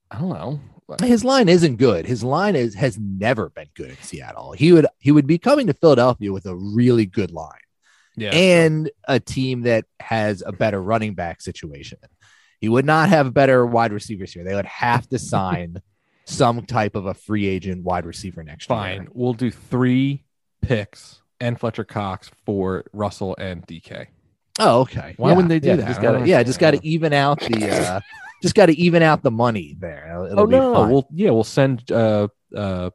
Speaker 4: I don't know.
Speaker 3: his line isn't good. His line is has never been good in Seattle. He would he would be coming to Philadelphia with a really good line
Speaker 4: Yeah,
Speaker 3: and a team that has a better running back situation. He would not have better wide receivers here. They would have to sign some type of a free agent wide receiver next
Speaker 4: fine.
Speaker 3: year.
Speaker 4: We'll do three picks and Fletcher Cox for Russell and DK.
Speaker 3: Oh, okay.
Speaker 4: Why
Speaker 3: Yeah,
Speaker 4: wouldn't they do
Speaker 3: yeah,
Speaker 4: that?
Speaker 3: Just
Speaker 4: I don't
Speaker 3: gotta, yeah, just got
Speaker 4: understand.
Speaker 3: to even out the uh, just got to even out the money there. It'll
Speaker 4: oh
Speaker 3: be
Speaker 4: no,
Speaker 3: fine.
Speaker 4: we'll yeah, we'll send uh uh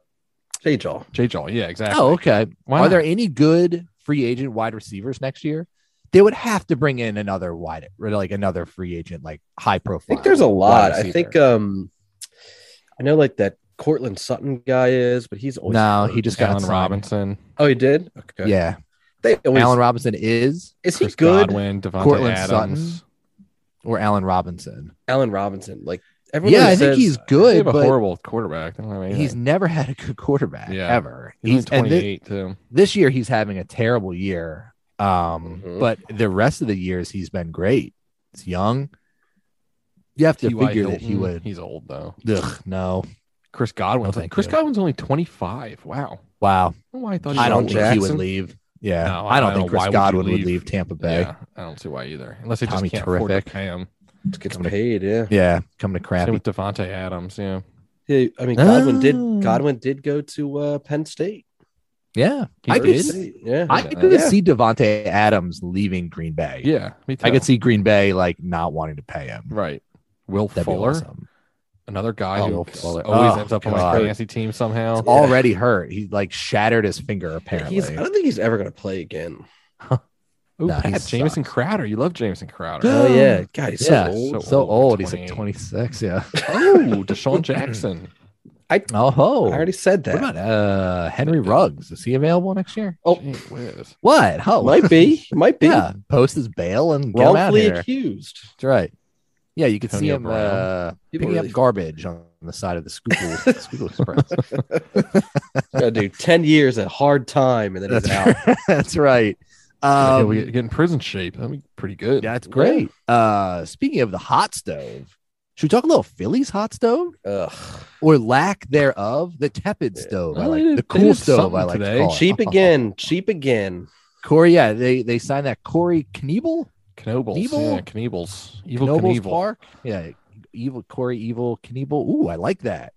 Speaker 5: Hey, Joel.
Speaker 4: J. Jaw. Yeah, exactly.
Speaker 3: Oh, okay.
Speaker 4: Why
Speaker 3: Are
Speaker 4: not?
Speaker 3: there any good free agent wide receivers next year? They would have to bring in another wide, like another free agent, like high
Speaker 5: I
Speaker 3: profile.
Speaker 5: think there's a lot.
Speaker 3: wide
Speaker 5: I think
Speaker 3: receiver.
Speaker 5: um I know like that Cortland Sutton guy is, but he's always
Speaker 3: no,
Speaker 5: hurt.
Speaker 3: he just got
Speaker 4: Allen
Speaker 3: signed.
Speaker 4: Robinson,
Speaker 5: Oh, he did? Okay.
Speaker 3: Yeah,
Speaker 5: They always,
Speaker 3: Allen Robinson is
Speaker 5: is he
Speaker 4: Chris
Speaker 5: good?
Speaker 4: Godwin, Devontae
Speaker 3: Cortland
Speaker 4: Adams.
Speaker 3: Sutton. or Alan Robinson.
Speaker 5: Allen Robinson. Like everyone
Speaker 3: yeah, I
Speaker 5: says-
Speaker 3: think he's
Speaker 4: They
Speaker 3: good,
Speaker 4: have a
Speaker 3: but
Speaker 4: horrible quarterback. They don't have anything.
Speaker 3: he's never had a good quarterback
Speaker 4: Yeah.
Speaker 3: ever.
Speaker 4: He's,
Speaker 3: and
Speaker 4: only
Speaker 3: thi-
Speaker 4: 28 too.
Speaker 3: this year he's having a terrible year. Um,
Speaker 5: Mhm.
Speaker 3: but the rest of the years he's been great. He's young. You have to
Speaker 4: T.Y.
Speaker 3: figure that he
Speaker 4: Hilton,
Speaker 3: would.
Speaker 4: He's old though.
Speaker 3: Ugh, no,
Speaker 4: Chris Godwin's
Speaker 3: No,
Speaker 4: like,
Speaker 3: thank
Speaker 4: Chris
Speaker 3: you.
Speaker 4: Godwin's only 25. Wow.
Speaker 3: wow.
Speaker 4: I don't know why I thought he
Speaker 3: I
Speaker 4: was
Speaker 3: don't think
Speaker 4: older.
Speaker 3: he would
Speaker 5: Jackson?
Speaker 3: leave. Yeah,
Speaker 4: No,
Speaker 3: I don't think
Speaker 4: I don't know. Why
Speaker 3: Chris
Speaker 4: would you
Speaker 3: Godwin would
Speaker 4: leave?
Speaker 3: leave, Tampa Bay. Yeah.
Speaker 4: Yeah, I don't see why either. Unless they just
Speaker 3: Tommy
Speaker 4: can't afford to
Speaker 3: Terrific.
Speaker 4: pay him.
Speaker 5: gets
Speaker 3: Somebody-
Speaker 5: paid, yeah.
Speaker 3: come to
Speaker 4: Same
Speaker 3: crappy.
Speaker 4: with Devontae Adams. Yeah.
Speaker 5: Yeah, I mean Godwin
Speaker 3: Oh.
Speaker 5: did Godwin did go to uh, Penn State.
Speaker 3: Yeah,
Speaker 4: He
Speaker 3: I
Speaker 5: Or
Speaker 3: could,
Speaker 4: did?
Speaker 3: see,
Speaker 5: State, Yeah.
Speaker 3: I
Speaker 4: Yeah.
Speaker 3: could see Devonte Adams leaving Green Bay.
Speaker 4: Yeah. Me too.
Speaker 3: I could see Green Bay like not wanting to pay him.
Speaker 4: Right. Will
Speaker 3: That'd
Speaker 4: Fuller,
Speaker 3: be awesome.
Speaker 4: another guy
Speaker 3: Oh,
Speaker 4: who
Speaker 3: Will Fuller.
Speaker 4: always
Speaker 3: Oh,
Speaker 4: ends up on
Speaker 3: God.
Speaker 4: my fantasy team somehow.
Speaker 5: Yeah.
Speaker 3: Already hurt. He like shattered his finger apparently.
Speaker 5: He's I don't think he's ever gonna play again.
Speaker 4: Ooh,
Speaker 3: Nah, he
Speaker 4: Pat, Jameson
Speaker 3: sucks.
Speaker 4: Crowder. You love Jameson Crowder.
Speaker 5: Oh yeah. God, he's so
Speaker 3: Yeah.
Speaker 5: old.
Speaker 3: so
Speaker 4: old,
Speaker 3: old. He's like
Speaker 4: 28.
Speaker 3: 26. Yeah.
Speaker 4: oh, Deshaun Jackson.
Speaker 3: Oh ho.
Speaker 5: I already said
Speaker 3: What about
Speaker 5: that.
Speaker 3: uh, Henry Ruggs? Is he available next year?
Speaker 5: Oh.
Speaker 4: Gee whiz.
Speaker 3: What? Oh,
Speaker 5: might be. Might be.
Speaker 3: yeah. Post his bail and get him out of
Speaker 5: Wrongfully
Speaker 3: here.
Speaker 5: accused.
Speaker 3: That's right. Yeah, you could see
Speaker 4: Antonio
Speaker 3: him
Speaker 4: Brown.
Speaker 3: uh,
Speaker 5: People
Speaker 3: picking
Speaker 5: really-
Speaker 3: up garbage on the side of the Schuylkill, Schuylkill Express.
Speaker 5: Gotta do ten years a hard time and then he's
Speaker 3: That's
Speaker 5: out.
Speaker 3: right. That's right.
Speaker 4: yeah,
Speaker 3: Um,
Speaker 4: we get in prison shape. That'd be pretty good.
Speaker 3: that's great. Uh, speaking of the hot stove, should we talk a little Philly's hot stove
Speaker 5: Ugh.
Speaker 3: or lack thereof? The tepid stove,
Speaker 4: Well,
Speaker 3: I like
Speaker 4: they
Speaker 3: the
Speaker 4: did- they
Speaker 3: cool
Speaker 4: did
Speaker 3: stove. I
Speaker 4: something
Speaker 3: like to
Speaker 4: today.
Speaker 3: call it.
Speaker 5: Cheap again, cheap again.
Speaker 3: Corey. Yeah, they they signed that Corey Knievel,
Speaker 4: Knebels.
Speaker 3: Knievel?
Speaker 4: Yeah, Kniebles. Evil
Speaker 3: Knoble's
Speaker 4: Knievel.
Speaker 3: Park. Yeah, evil Corey, evil Knievel. Ooh, I like that.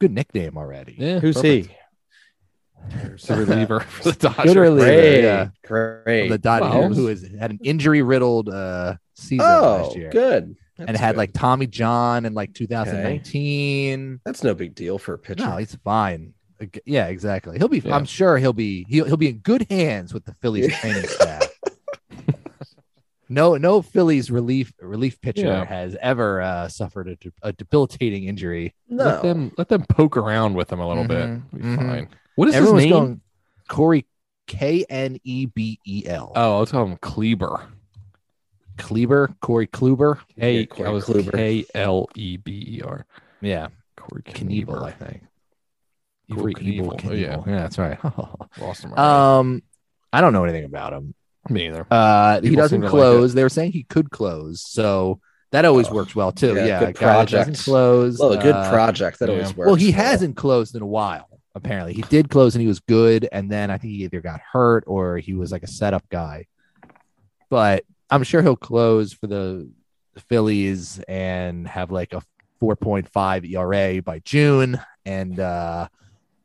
Speaker 3: Good nickname already.
Speaker 4: Yeah,
Speaker 5: Who's
Speaker 4: perfect.
Speaker 5: he?
Speaker 4: He's a reliever for the Dodgers.
Speaker 3: Good reliever.
Speaker 5: Great,
Speaker 3: Yeah.
Speaker 5: great.
Speaker 3: of the Dodgers,
Speaker 4: Well-
Speaker 3: who has had an injury riddled uh, season
Speaker 5: oh,
Speaker 3: last year,
Speaker 5: good. That's
Speaker 3: and had
Speaker 5: good.
Speaker 3: like Tommy John in like 2019.
Speaker 5: that's no big deal for a pitcher.
Speaker 3: No, he's fine. Ag- Yeah, exactly. He'll be.
Speaker 4: Yeah.
Speaker 3: I'm sure he'll be. He'll, he'll be in good hands with the Phillies training staff. No, no Phillies relief relief pitcher
Speaker 4: Yeah.
Speaker 3: has ever uh, suffered a, de- a debilitating injury.
Speaker 4: Let them let them poke around with him a little
Speaker 3: Mhm,
Speaker 4: bit. Be
Speaker 3: mhm.
Speaker 4: fine. What is
Speaker 3: Everyone's
Speaker 4: his name?
Speaker 3: going Corey K N E B E L.
Speaker 4: Oh, I'll tell him Kleber.
Speaker 3: Kleber, Corey Kluber.
Speaker 5: Yeah,
Speaker 4: K
Speaker 5: Corey
Speaker 4: I was
Speaker 5: Kluber.
Speaker 4: K L E B E R.
Speaker 3: Yeah,
Speaker 4: Corey
Speaker 3: Knievel, I
Speaker 4: Knievel.
Speaker 3: think.
Speaker 4: Evil
Speaker 3: Corey Evil
Speaker 4: Knievel. Oh, yeah,
Speaker 3: Knievel. yeah, that's right.
Speaker 4: lost him. already.
Speaker 3: Um, I don't know anything about him.
Speaker 4: Me either.
Speaker 3: Uh, he
Speaker 4: People
Speaker 3: doesn't
Speaker 4: seem to like
Speaker 3: close. they were saying he could close, so that always
Speaker 5: Oh,
Speaker 3: works well too.
Speaker 5: yeah,
Speaker 3: Yeah,
Speaker 5: good
Speaker 3: a guy that doesn't
Speaker 5: project.
Speaker 3: close.
Speaker 5: well, a good
Speaker 3: uh,
Speaker 5: project that
Speaker 4: yeah.
Speaker 5: always works.
Speaker 3: Well, he
Speaker 5: for-
Speaker 3: hasn't closed in a while. Apparently, he did close and he was good, and then I think he either got hurt or he was like a setup guy. But I'm sure he'll close for the Phillies and have like a 4.5 ERA E by June, and uh,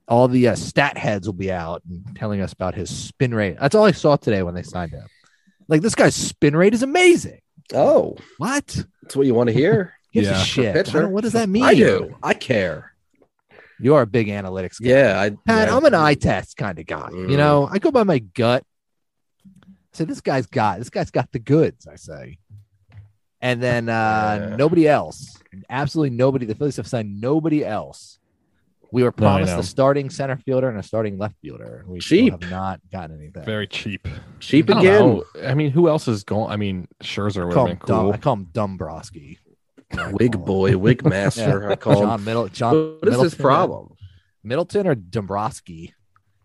Speaker 3: all the uh, stat heads will be out and telling us about his spin rate. That's all I saw today when they signed him. Like this guy's spin rate is amazing.
Speaker 5: Oh,
Speaker 3: What?
Speaker 5: that's what you want to hear.
Speaker 3: Gives
Speaker 4: Yeah.
Speaker 3: a shit. I
Speaker 5: Pitcher.
Speaker 3: don't- what does that mean?
Speaker 5: I do. I care.
Speaker 3: You are a big analytics guy.
Speaker 5: Yeah, I.
Speaker 3: Pat,
Speaker 5: yeah.
Speaker 3: I'm an eye test kind of guy. You
Speaker 5: Mm.
Speaker 3: know, I go by my gut. So this guy's got this guy's got the goods, I say. And then uh
Speaker 5: Yeah.
Speaker 3: nobody else, absolutely nobody. The Phillies have signed nobody else. We were
Speaker 4: No, I
Speaker 3: promised
Speaker 4: know.
Speaker 3: a starting center fielder and a starting left fielder. and We
Speaker 5: Cheap.
Speaker 3: still have not gotten anything.
Speaker 4: Very cheap.
Speaker 5: cheap
Speaker 4: I, don't
Speaker 5: again.
Speaker 4: know. I mean, who else is going? I mean, Scherzer
Speaker 3: I
Speaker 4: would
Speaker 3: call,
Speaker 4: have
Speaker 3: him
Speaker 4: been
Speaker 3: Dum-
Speaker 4: cool.
Speaker 3: I call him Dombrowski.
Speaker 5: Wig boy, wig master. I call him.
Speaker 3: John Middle John
Speaker 5: What is his
Speaker 3: Middleton.
Speaker 5: problem?
Speaker 3: Middleton or Dombrowski.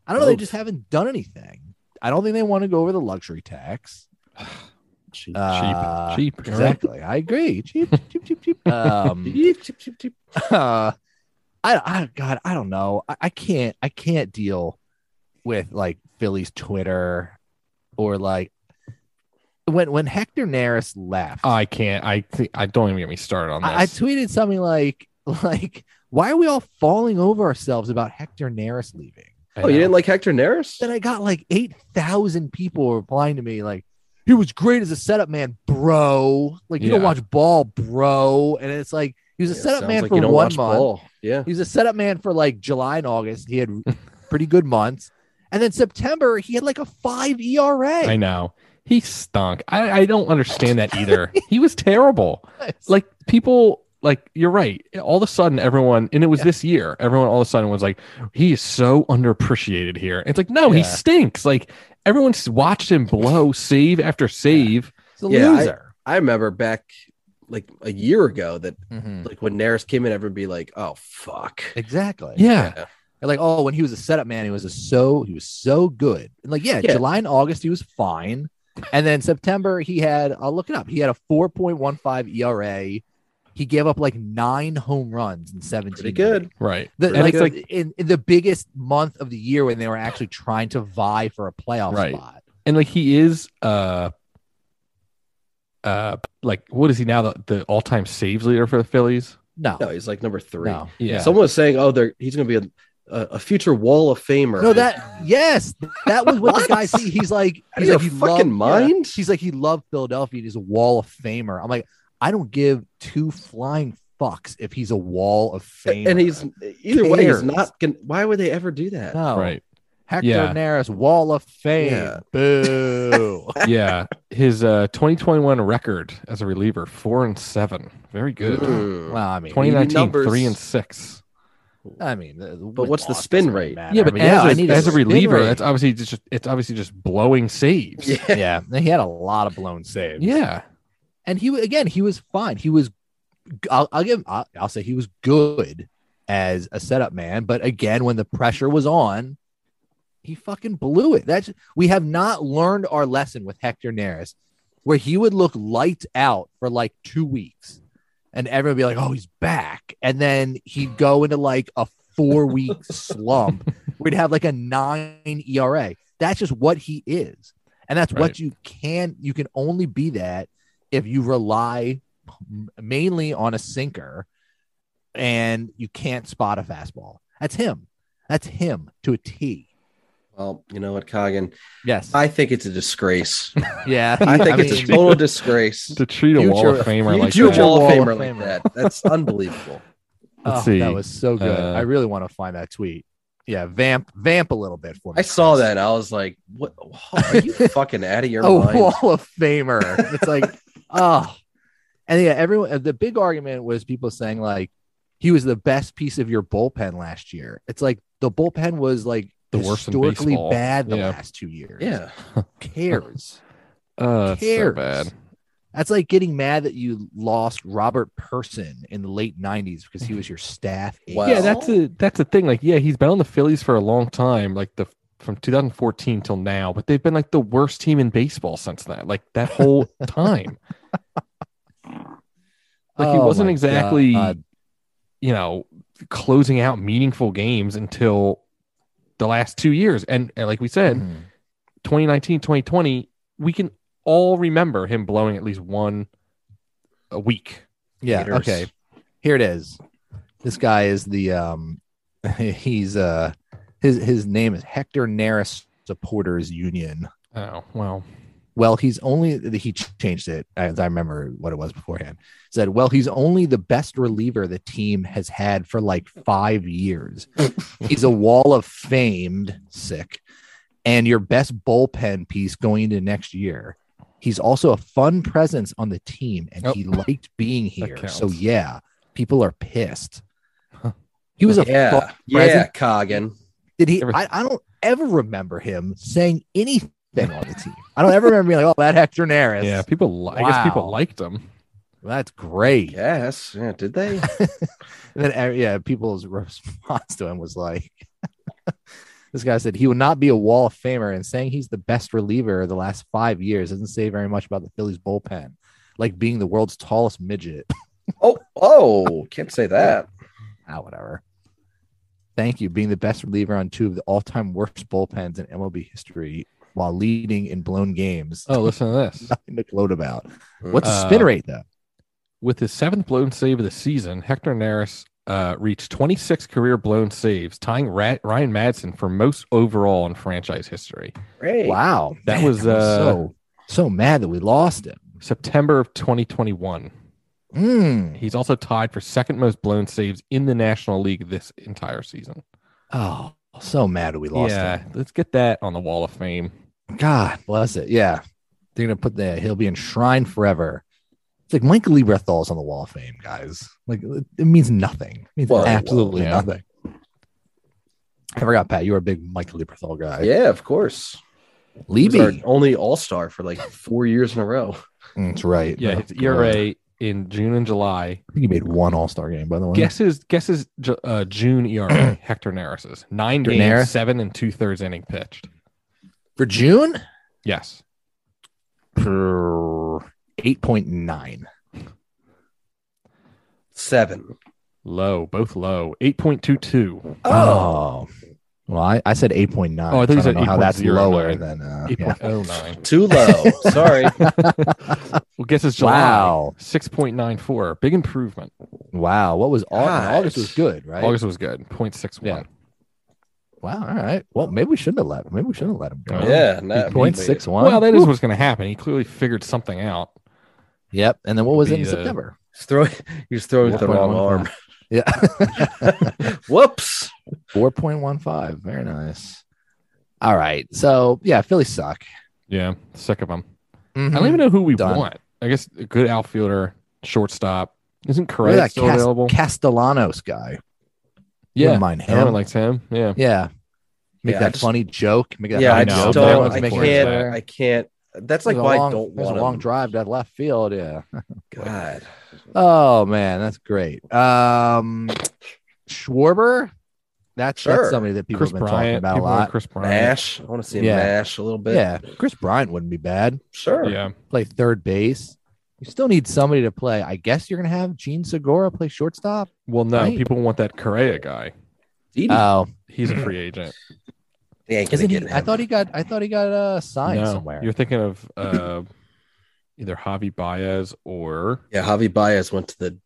Speaker 3: I don't know. They
Speaker 5: Both.
Speaker 3: just haven't done anything. I don't think they want to go over the luxury tax.
Speaker 5: Cheap.
Speaker 3: Uh,
Speaker 4: cheap, cheap. all right.
Speaker 3: Exactly. I agree. Cheap, cheap, cheap, cheap. Um,
Speaker 5: Cheap, cheap, cheap, cheap.
Speaker 3: uh, I, I, God, I don't know. I, I can't, I can't deal with like Philly's Twitter or like when when Hector Neris left.
Speaker 5: Oh,
Speaker 4: I can't. I think I don't even get me started on this.
Speaker 3: I, I tweeted something like, like, why are we all falling over ourselves about Hector Neris leaving?
Speaker 4: I
Speaker 5: Oh, you
Speaker 4: know.
Speaker 5: didn't like Hector Neris?
Speaker 3: Then I got like 8,000 people replying to me, like, he was great as a setup man, bro. Like, you don't
Speaker 4: Yeah.
Speaker 3: watch ball, bro. And it's like, he was a
Speaker 5: Yeah,
Speaker 3: setup
Speaker 5: sounds
Speaker 3: man
Speaker 5: like
Speaker 3: for
Speaker 5: you don't
Speaker 3: one
Speaker 5: watch
Speaker 3: month.
Speaker 5: ball. Yeah.
Speaker 3: He was a setup man for like July and August. He had pretty good months. And then September, he had like a five E ERA.
Speaker 4: I know. He stunk. I, I don't understand that either. he was terrible. like people like you're right all of a sudden everyone and it was this year everyone all of a sudden was like he is so underappreciated here it's like no
Speaker 3: Yeah.
Speaker 4: he stinks like everyone's watched him blow save after save
Speaker 3: he's a
Speaker 5: Yeah, I-
Speaker 3: loser.
Speaker 5: I remember back like a year ago that
Speaker 3: Mhm.
Speaker 5: like when Neris came in, everyone would be like, "Oh fuck."
Speaker 3: Exactly.
Speaker 4: yeah
Speaker 3: And, like, oh, when he was a setup man, he was a so he was so good. And like, yeah,
Speaker 5: Yeah.
Speaker 3: July and August, he was fine. And then September, he had I'll look it up. He had a 4.15 ERA. E He gave up like nine home runs in 17.
Speaker 5: Pretty good.
Speaker 4: right
Speaker 3: The,
Speaker 5: Pretty
Speaker 3: like,
Speaker 5: good.
Speaker 3: the- in, in the biggest month of the year when they were actually trying to vie for a playoff
Speaker 4: Right.
Speaker 3: spot.
Speaker 4: and like he is uh uh like what is he now the, the all-time saves leader for the phillies
Speaker 3: No,
Speaker 5: No, he's like number three.
Speaker 3: no,
Speaker 4: yeah
Speaker 5: Someone was saying, "Oh, they're he's going to be a, a a future Wall of Famer."
Speaker 3: no. That yes, that was what the guy see. He's like,
Speaker 5: Out
Speaker 3: he's
Speaker 5: of your
Speaker 3: like, he
Speaker 5: fucking
Speaker 3: loved- yeah.
Speaker 5: mind?
Speaker 3: He's like, he loved Philadelphia. and He's a Wall of Famer. I'm like, I don't give two flying fucks if he's a Wall of Famer.
Speaker 5: and he's either way,
Speaker 3: Cares.
Speaker 5: he's not going. to Why would they ever do that?
Speaker 3: no
Speaker 4: right
Speaker 3: Hector
Speaker 4: Yeah.
Speaker 3: Neris, Wall of Fame.
Speaker 5: Yeah.
Speaker 3: Boo.
Speaker 4: yeah his uh 2021 record as a reliever four and seven very good
Speaker 5: Mm.
Speaker 3: well, I mean,
Speaker 5: Twenty-
Speaker 4: 2019
Speaker 5: numbers.
Speaker 4: three and six
Speaker 3: I mean, uh, but
Speaker 5: what's the spin rate?
Speaker 4: Yeah, but as,
Speaker 5: yeah,
Speaker 4: a,
Speaker 5: I need a
Speaker 4: as a
Speaker 5: spin
Speaker 4: reliever, that's obviously just it's obviously just blowing saves.
Speaker 5: Yeah.
Speaker 3: yeah, he had a lot of blown saves.
Speaker 4: Yeah.
Speaker 3: and he again he was fine he was i'll, I'll give I'll, I'll say he was good as a setup man but again when the pressure was on he fucking blew it that's we have not learned our lesson with hector neris where he would look lights out for like two weeks and everyone would be like oh he's back and then he'd go into like a four week slump we'd have like a nine era that's just what he is and that's
Speaker 4: Right.
Speaker 3: what you can you can only be that if you rely m- mainly on a sinker and you can't spot a fastball. That's him. That's him to a T.
Speaker 5: Well, you know what, Coggin?
Speaker 3: Yes.
Speaker 5: I think it's a disgrace.
Speaker 3: yeah.
Speaker 5: I think it's a
Speaker 3: mean,
Speaker 5: total disgrace.
Speaker 4: To treat a wall
Speaker 3: Future-
Speaker 4: of famer like
Speaker 5: future
Speaker 4: that.
Speaker 5: Wall of
Speaker 3: Wall of
Speaker 5: Famer like
Speaker 3: Famer.
Speaker 5: that. That's unbelievable.
Speaker 4: Let's
Speaker 3: oh,
Speaker 4: see.
Speaker 3: That was so good.
Speaker 4: Uh,
Speaker 3: I really want to find that tweet. Yeah, vamp, vamp a little bit for me.
Speaker 5: I saw
Speaker 3: Chris.
Speaker 5: that. And I was like, "What? Are you fucking out of your
Speaker 3: a
Speaker 5: mind?"
Speaker 3: Oh, wall of famer. It's like, oh, and yeah, everyone. uh, The big argument was people saying like he was the best piece of your bullpen last year. It's like the bullpen was like
Speaker 4: The worst in
Speaker 3: historically
Speaker 4: baseball.
Speaker 3: bad the
Speaker 4: Yeah.
Speaker 3: last two years.
Speaker 5: Yeah.
Speaker 3: Who cares.
Speaker 4: Uh, it's so
Speaker 3: cares?
Speaker 4: bad.
Speaker 3: That's like getting mad that you lost Robert Person in the late '90s because he was your staff. ace.
Speaker 5: Wow.
Speaker 4: Yeah, that's a that's a thing. Like, yeah, he's been on the Phillies for a long time, like the from 2014 till now, but they've been like the worst team in baseball since that, like that whole time. Like he
Speaker 3: Oh
Speaker 4: wasn't
Speaker 3: my
Speaker 4: exactly,
Speaker 3: God.
Speaker 4: you know, closing out meaningful games until the last two years. And, and like we said,
Speaker 3: Mhm.
Speaker 4: 2019 2020 we can all remember him blowing at least one a week
Speaker 3: Yeah.
Speaker 5: Haters.
Speaker 3: Okay. Here it is. This guy is the um he's uh his his name is Hector Neris Supporters Union.
Speaker 4: oh well
Speaker 3: well, he's only he changed it as I remember what it was beforehand. Said, well, he's only the best reliever the team has had for like five years. he's a wall of famed sick, and your best bullpen piece going into next year. He's also a fun presence on the team, and
Speaker 4: Oh.
Speaker 3: he liked being here.
Speaker 4: counts.
Speaker 3: So yeah, people are pissed. He was a
Speaker 5: yeah, yeah,
Speaker 3: present.
Speaker 5: Coggin.
Speaker 3: did he?
Speaker 4: Ever-
Speaker 3: I, I don't ever remember him saying anything on the team. I don't ever remember being like, "Oh, that Hector Neris.
Speaker 4: Yeah, people. Li- I guess people
Speaker 3: Wow.
Speaker 4: liked him.
Speaker 3: that's great."
Speaker 5: Yes, yeah. Did they?
Speaker 3: And then, uh, yeah, people's response to him was like, "This guy said he would not be a Wall of Famer," and saying he's the best reliever of the last five years doesn't say very much about the Phillies bullpen, like being the world's tallest midget.
Speaker 5: oh, oh, can't say that.
Speaker 3: ah, whatever. Thank you. Being the best reliever on two of the all-time worst bullpens in MLB history, while leading in blown games.
Speaker 4: Oh, listen to this.
Speaker 3: nothing to gloat about. What's the
Speaker 4: Uh,
Speaker 3: spin rate though?
Speaker 4: With his seventh blown save of the season, Hector Neris uh, reached 26 career blown saves, tying Ra- Ryan Madsen for most overall in franchise history.
Speaker 5: Great.
Speaker 3: Wow,
Speaker 4: that
Speaker 3: man,
Speaker 4: was,
Speaker 3: I'm
Speaker 4: uh,
Speaker 3: so so mad that we lost him.
Speaker 4: September of 2021.
Speaker 3: Mm.
Speaker 4: He's also tied for second most blown saves in the National League this entire season.
Speaker 3: Oh, so mad that we lost
Speaker 4: yeah,
Speaker 3: him.
Speaker 4: let's get that on the Wall of Fame.
Speaker 3: God bless it. Yeah, they're gonna put that. He'll be enshrined forever. It's like Michael Lee Breathal's on the Wall of Fame, guys. Like it it means nothing. It means
Speaker 5: Whoa,
Speaker 3: absolutely
Speaker 4: whoa, yeah.
Speaker 3: nothing. I forgot, Pat. You were a big Michael Lee Brethal guy.
Speaker 5: Yeah, of course. He was our
Speaker 3: Levy.
Speaker 5: only All Star for like four years in a row.
Speaker 3: That's right.
Speaker 4: Yeah,
Speaker 3: Oh,
Speaker 4: his ERA in June and July.
Speaker 3: I think he made one All Star game, by the way.
Speaker 4: Guess his guess his Ju- uh, June ERA. Hector Neris's nine games,
Speaker 3: Neris?
Speaker 4: seven and two thirds inning pitched.
Speaker 3: for June,
Speaker 4: Yes,
Speaker 3: eight point nine.
Speaker 5: Seven.
Speaker 4: low, both low, eight point two two.
Speaker 3: Oh. Well, I, I said 8.9.
Speaker 4: Oh,
Speaker 3: so
Speaker 4: I think you
Speaker 3: don't
Speaker 4: said
Speaker 3: know how that's
Speaker 4: 8.09.
Speaker 3: lower than. Uh,
Speaker 4: Eight
Speaker 3: yeah.
Speaker 4: point oh nine.
Speaker 5: Too low. Sorry.
Speaker 4: Well, guess it's July.
Speaker 3: Wow.
Speaker 4: Six point nine four. Big improvement.
Speaker 3: Wow. What was August?
Speaker 5: God.
Speaker 3: August was good, right?
Speaker 4: August was good. 0.61.
Speaker 3: Yeah. Wow. All right. Well, maybe we shouldn't have let. Maybe we shouldn't have let him go.
Speaker 5: yeah. Nah,
Speaker 3: Point six one.
Speaker 4: Well, that is what's going to happen. He clearly figured something out.
Speaker 3: Yep. And then what was it in
Speaker 4: The, uh,
Speaker 3: September?
Speaker 5: He's throwing. He's throwing with the wrong
Speaker 3: 4.15.
Speaker 5: arm.
Speaker 3: Yeah.
Speaker 5: Whoops.
Speaker 3: Four point one five. Very nice. All right. So yeah, Phillies suck.
Speaker 4: Yeah, sick of him.
Speaker 3: Mhm.
Speaker 4: I don't even know who we
Speaker 3: Done.
Speaker 4: want. I guess a good outfielder, shortstop. Isn't
Speaker 3: Look at
Speaker 4: Correa still
Speaker 3: Cas-
Speaker 4: available?
Speaker 3: Castellanos guy.
Speaker 4: yeah,
Speaker 3: Wouldn't mind him.
Speaker 4: everyone likes him. Yeah,
Speaker 3: yeah. Make
Speaker 5: Yeah, I
Speaker 3: that
Speaker 5: just-
Speaker 3: funny joke. Make that
Speaker 5: Yeah, I
Speaker 3: funny
Speaker 4: know.
Speaker 5: just
Speaker 3: joke.
Speaker 4: That
Speaker 5: don't.
Speaker 4: one's
Speaker 5: I
Speaker 4: making
Speaker 5: can't.
Speaker 4: sense.
Speaker 5: I can't. That's like
Speaker 3: There's a
Speaker 5: why I
Speaker 3: long-
Speaker 5: don't
Speaker 3: there's
Speaker 5: want
Speaker 3: a long
Speaker 5: him.
Speaker 3: drive to left field. Yeah.
Speaker 5: God.
Speaker 3: Oh man, that's great. Um Schwarber, that's that's
Speaker 5: Sure.
Speaker 3: somebody that people
Speaker 4: Chris
Speaker 3: have been
Speaker 4: Bryant.
Speaker 3: talking about a
Speaker 4: people want
Speaker 3: lot.
Speaker 4: Chris Bryant.
Speaker 5: Mash. I want to see him
Speaker 3: Yeah.
Speaker 5: mash a little bit.
Speaker 3: yeah, Chris Bryant wouldn't be bad.
Speaker 5: Sure.
Speaker 4: Yeah,
Speaker 3: Play third base. You still need somebody to play. I guess you're gonna have Gene Segura play shortstop.
Speaker 4: Well, no,
Speaker 3: Right.
Speaker 4: people want that Correa guy.
Speaker 5: Didi.
Speaker 3: Oh,
Speaker 4: He's a free agent.
Speaker 5: they ain't gonna
Speaker 3: isn't
Speaker 5: get
Speaker 3: he? I
Speaker 5: him.
Speaker 3: thought he got. I thought he got uh, signed
Speaker 4: no,
Speaker 3: somewhere.
Speaker 4: you're thinking of uh, either Javi Baez or
Speaker 5: Yeah, Javi Baez went to the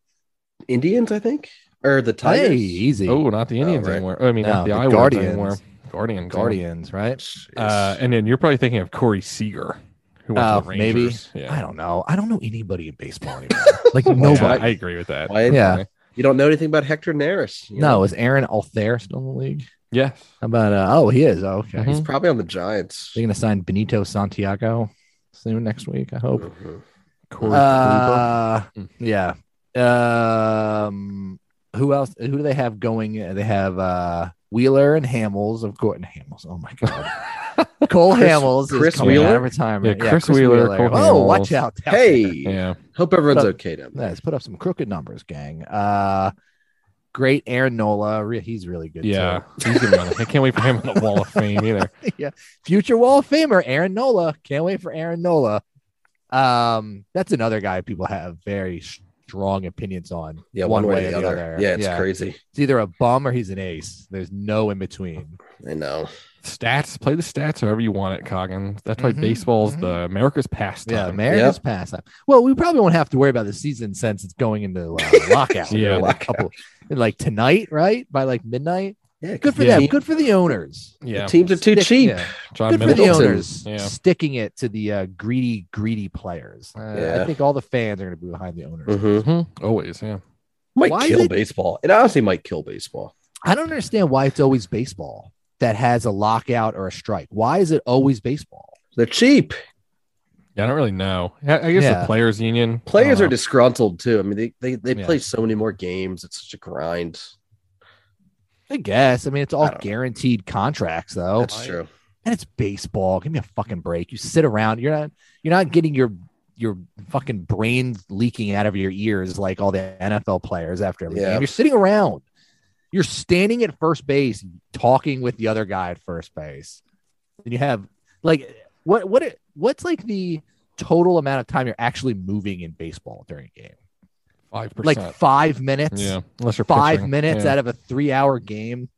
Speaker 5: Indians, I think, or the Tigers.
Speaker 3: Hey, easy.
Speaker 4: oh, not the Indians
Speaker 5: right.
Speaker 4: anymore. I mean,
Speaker 3: No,
Speaker 4: not the,
Speaker 3: the
Speaker 4: Iowa
Speaker 3: Guardians.
Speaker 4: anymore. Guardians. yeah.
Speaker 3: Guardians, right?
Speaker 4: Uh, and then you're probably thinking of Corey Seager, who went to
Speaker 3: Oh,
Speaker 4: the
Speaker 3: maybe.
Speaker 4: Rangers. Yeah,
Speaker 3: I don't know. I don't know anybody in baseball anymore. like
Speaker 4: Yeah,
Speaker 3: nobody.
Speaker 4: I agree with that.
Speaker 5: Why-
Speaker 3: Yeah.
Speaker 5: you don't know anything about Hector Neris. you
Speaker 3: No,
Speaker 5: know?
Speaker 3: is Aaron Althair still in the league?
Speaker 4: Yes.
Speaker 3: How about? Uh, oh, he is. Oh, okay.
Speaker 4: Mhm.
Speaker 5: he's probably on the Giants.
Speaker 3: They're going to sign Benito Santiago soon next week, I hope.
Speaker 5: Mhm.
Speaker 4: Corey
Speaker 3: Uh,
Speaker 4: Kluber.
Speaker 3: yeah. Um, who else? Who do they have going? They have uh, Wheeler and Hamels, of course. And Hamels. Oh my God. Cole
Speaker 5: Chris-
Speaker 3: Hamels
Speaker 5: Chris
Speaker 3: is coming out
Speaker 5: Wheeler?
Speaker 3: of retirement.
Speaker 4: Yeah, Chris Wheeler, Cole
Speaker 3: oh,
Speaker 4: Hamels.
Speaker 3: watch out.
Speaker 5: Hey,
Speaker 4: Kluber. Yeah.
Speaker 5: hope everyone's
Speaker 3: So-
Speaker 5: okay down there.
Speaker 3: Let's put up some crooked numbers, gang. Uh, great Aaron Nola. Re- He's really good.
Speaker 4: Yeah, he's gonna be on the- I can't wait for him on the Wall of Fame either.
Speaker 3: too. yeah. Future Wall of Famer, Aaron Nola. Can't wait for Aaron Nola. Um, that's another guy people have very strong opinions on.
Speaker 5: Yeah, one, way, or the other. Yeah, it's crazy.
Speaker 3: It's either a bum or he's an ace. There's no in between.
Speaker 5: I know.
Speaker 4: Stats, play the stats however you want it, Coggin. That's why
Speaker 3: Mhm,
Speaker 4: baseball's
Speaker 3: mhm.
Speaker 4: the America's pastime.
Speaker 3: Yeah, America's pastime. Well, we probably won't have to worry about the season since it's going into uh, lockout.
Speaker 4: Yeah.
Speaker 3: in a couple, in, like tonight, right? By like midnight.
Speaker 5: Yeah, 'cause
Speaker 3: Good for
Speaker 4: Yeah.
Speaker 3: them. Good for the owners.
Speaker 4: Yeah. Uh,
Speaker 5: Teams are too
Speaker 3: Stick-
Speaker 5: cheap.
Speaker 4: Yeah. John
Speaker 3: Good for the
Speaker 5: Middleton.
Speaker 3: owners
Speaker 4: Yeah.
Speaker 3: sticking it to the uh, greedy, greedy players. Uh, I
Speaker 5: Yeah.
Speaker 3: think all the fans are going to be behind the owners.
Speaker 5: Mhm.
Speaker 4: Mhm. Always, yeah.
Speaker 5: Might
Speaker 3: Why is
Speaker 5: kill
Speaker 3: it-
Speaker 5: baseball. It honestly might kill baseball.
Speaker 3: I don't understand why it's always baseball that has a lockout or a strike. Why is it always baseball?
Speaker 5: They're cheap.
Speaker 4: Yeah, I don't really know. I, I guess
Speaker 3: Yeah.
Speaker 4: the players union.
Speaker 5: Players
Speaker 4: uh,
Speaker 5: are disgruntled too. I mean, they they, they
Speaker 4: Yeah.
Speaker 5: play so many more games. It's such a grind.
Speaker 3: I guess. I mean, it's
Speaker 5: I
Speaker 3: all
Speaker 5: don't know.
Speaker 3: guaranteed contracts, though.
Speaker 5: That's true.
Speaker 3: and it's baseball. Give me a fucking break. You sit around. You're not. You're not getting your your fucking brain leaking out of your ears like all the NFL players after every
Speaker 5: Yeah.
Speaker 3: game. You're sitting around. You're standing at first base, talking with the other guy at first base. And you have like what what it- what's like the total amount of time you're actually moving in baseball during a game?
Speaker 4: 5%.
Speaker 3: Like five minutes.
Speaker 4: yeah. Unless you're
Speaker 3: Five
Speaker 4: pitching.
Speaker 3: minutes
Speaker 4: Yeah.
Speaker 3: out of a three-hour game.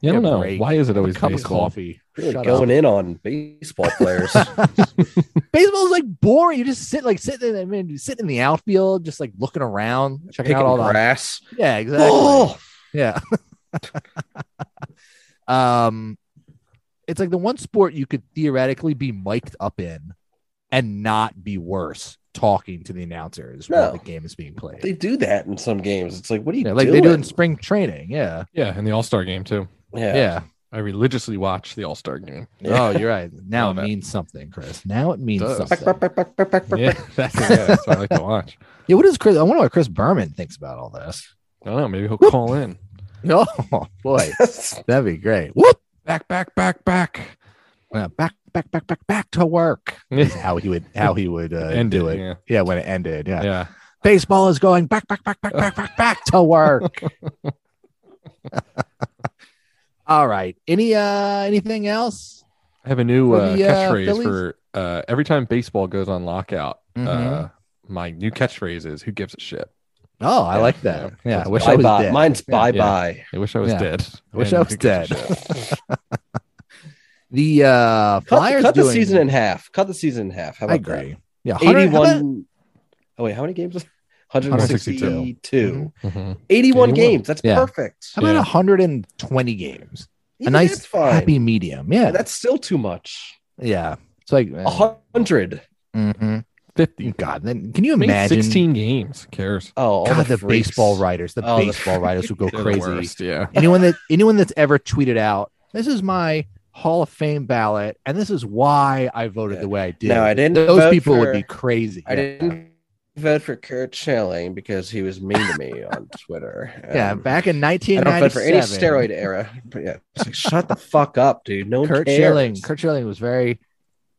Speaker 4: yeah, I
Speaker 3: a
Speaker 4: don't know.
Speaker 3: break.
Speaker 4: Why is it
Speaker 3: A
Speaker 4: always
Speaker 3: cup of
Speaker 4: baseball?
Speaker 3: coffee.
Speaker 5: Really
Speaker 3: Shut up.
Speaker 5: going in on baseball players.
Speaker 3: baseball's like boring. You just sit like sitting. I mean, sitting in the outfield, just like looking around, checking
Speaker 5: picking
Speaker 3: out all the.
Speaker 5: grass.
Speaker 3: Yeah, exactly.
Speaker 5: Oh,
Speaker 3: Yeah. um, it's like the one sport you could theoretically be mic'd up in, and not be worse talking to the announcers while
Speaker 5: No.
Speaker 3: the game is being played.
Speaker 5: they do that in some games. It's like, what are you
Speaker 3: yeah, like they
Speaker 5: doing?
Speaker 3: do in spring training. Yeah.
Speaker 4: Yeah, and the All Star game too.
Speaker 5: yeah.
Speaker 3: Yeah.
Speaker 4: I religiously watch the All Star game.
Speaker 5: Yeah.
Speaker 3: Oh, you're right. Now
Speaker 4: Love
Speaker 3: it
Speaker 4: it.
Speaker 3: means something, Chris. Now it means
Speaker 4: does.
Speaker 3: something.
Speaker 4: Yeah, that's, yeah, that's what I like to watch.
Speaker 3: Yeah, what is Chris? I wonder what Chris Berman thinks about all this.
Speaker 4: I don't know. Maybe he'll call in.
Speaker 3: Oh boy,
Speaker 5: That's-
Speaker 3: that'd be great. Whoop!
Speaker 4: Back, back, back, back.
Speaker 3: Uh, back, back, back, back, back to work.
Speaker 4: Yeah.
Speaker 3: Is how he would, how he would uh,
Speaker 4: And
Speaker 3: do
Speaker 4: it,
Speaker 3: it.
Speaker 4: yeah.
Speaker 3: Yeah, when it ended. Yeah.
Speaker 4: Yeah.
Speaker 3: baseball is going back, back, back, back, back, back, back to work. All right. Any uh anything else?
Speaker 4: I have a new
Speaker 3: For
Speaker 4: uh,
Speaker 3: the, uh,
Speaker 4: catchphrase
Speaker 3: Phillies?
Speaker 4: for uh, every time baseball goes on lockout. Uh,
Speaker 3: Mhm.
Speaker 4: my new catchphrase is "Who gives a shit."
Speaker 3: Oh, I
Speaker 4: Yeah,
Speaker 3: like that. Yeah, I wish I
Speaker 5: bye
Speaker 3: was
Speaker 5: bye.
Speaker 3: dead.
Speaker 5: Mine's
Speaker 4: Yeah,
Speaker 5: bye
Speaker 4: yeah.
Speaker 5: bye.
Speaker 4: I wish I was
Speaker 3: Yeah.
Speaker 4: dead.
Speaker 3: I wish
Speaker 4: And
Speaker 3: I
Speaker 4: who
Speaker 3: was
Speaker 4: gives a
Speaker 3: dead.
Speaker 4: shit.
Speaker 3: the uh
Speaker 5: Cut,
Speaker 3: Flyers
Speaker 5: cut the
Speaker 3: doing-
Speaker 5: season in half. Cut the season in half. How
Speaker 3: I
Speaker 5: about
Speaker 3: agree. Yeah,
Speaker 5: That?
Speaker 3: 100 how about-
Speaker 5: 81. Oh, wait, how many games? 162.
Speaker 3: 162.
Speaker 5: 81,
Speaker 4: Mhm.
Speaker 5: games. That's
Speaker 3: Mm-hmm. Yeah.
Speaker 5: perfect.
Speaker 3: How about
Speaker 4: Yeah.
Speaker 3: 120 games? A
Speaker 5: Even
Speaker 3: nice
Speaker 5: that's fine.
Speaker 3: happy medium. Yeah.
Speaker 5: That's still too much.
Speaker 3: yeah. It's like
Speaker 5: A hundred.
Speaker 3: mhm.
Speaker 4: Fifty.
Speaker 3: God, then can you
Speaker 4: Make
Speaker 3: imagine?
Speaker 4: Sixteen games. Who Cares.
Speaker 5: Oh, all
Speaker 3: God, the,
Speaker 5: freaks.
Speaker 3: baseball writers, the
Speaker 5: All the
Speaker 3: baseball writers who go
Speaker 4: They're the
Speaker 3: crazy.
Speaker 4: worst, Yeah.
Speaker 3: anyone that anyone that's ever tweeted out, this is my Hall of Fame ballot, and this is why I voted
Speaker 5: Yeah.
Speaker 3: the way I did.
Speaker 5: No, I didn't.
Speaker 3: Those
Speaker 5: vote
Speaker 3: people
Speaker 5: for-
Speaker 3: would be crazy.
Speaker 5: I didn't vote for Kurt Schilling because he was mean to me on Twitter.
Speaker 3: Yeah,
Speaker 5: Um,
Speaker 3: back in
Speaker 5: I don't vote for any
Speaker 3: 1997,
Speaker 5: steroid era. But yeah, it's like, shut the fuck up, dude. No one
Speaker 3: Kurt
Speaker 5: cares.
Speaker 3: Schilling. Kurt Schilling was very,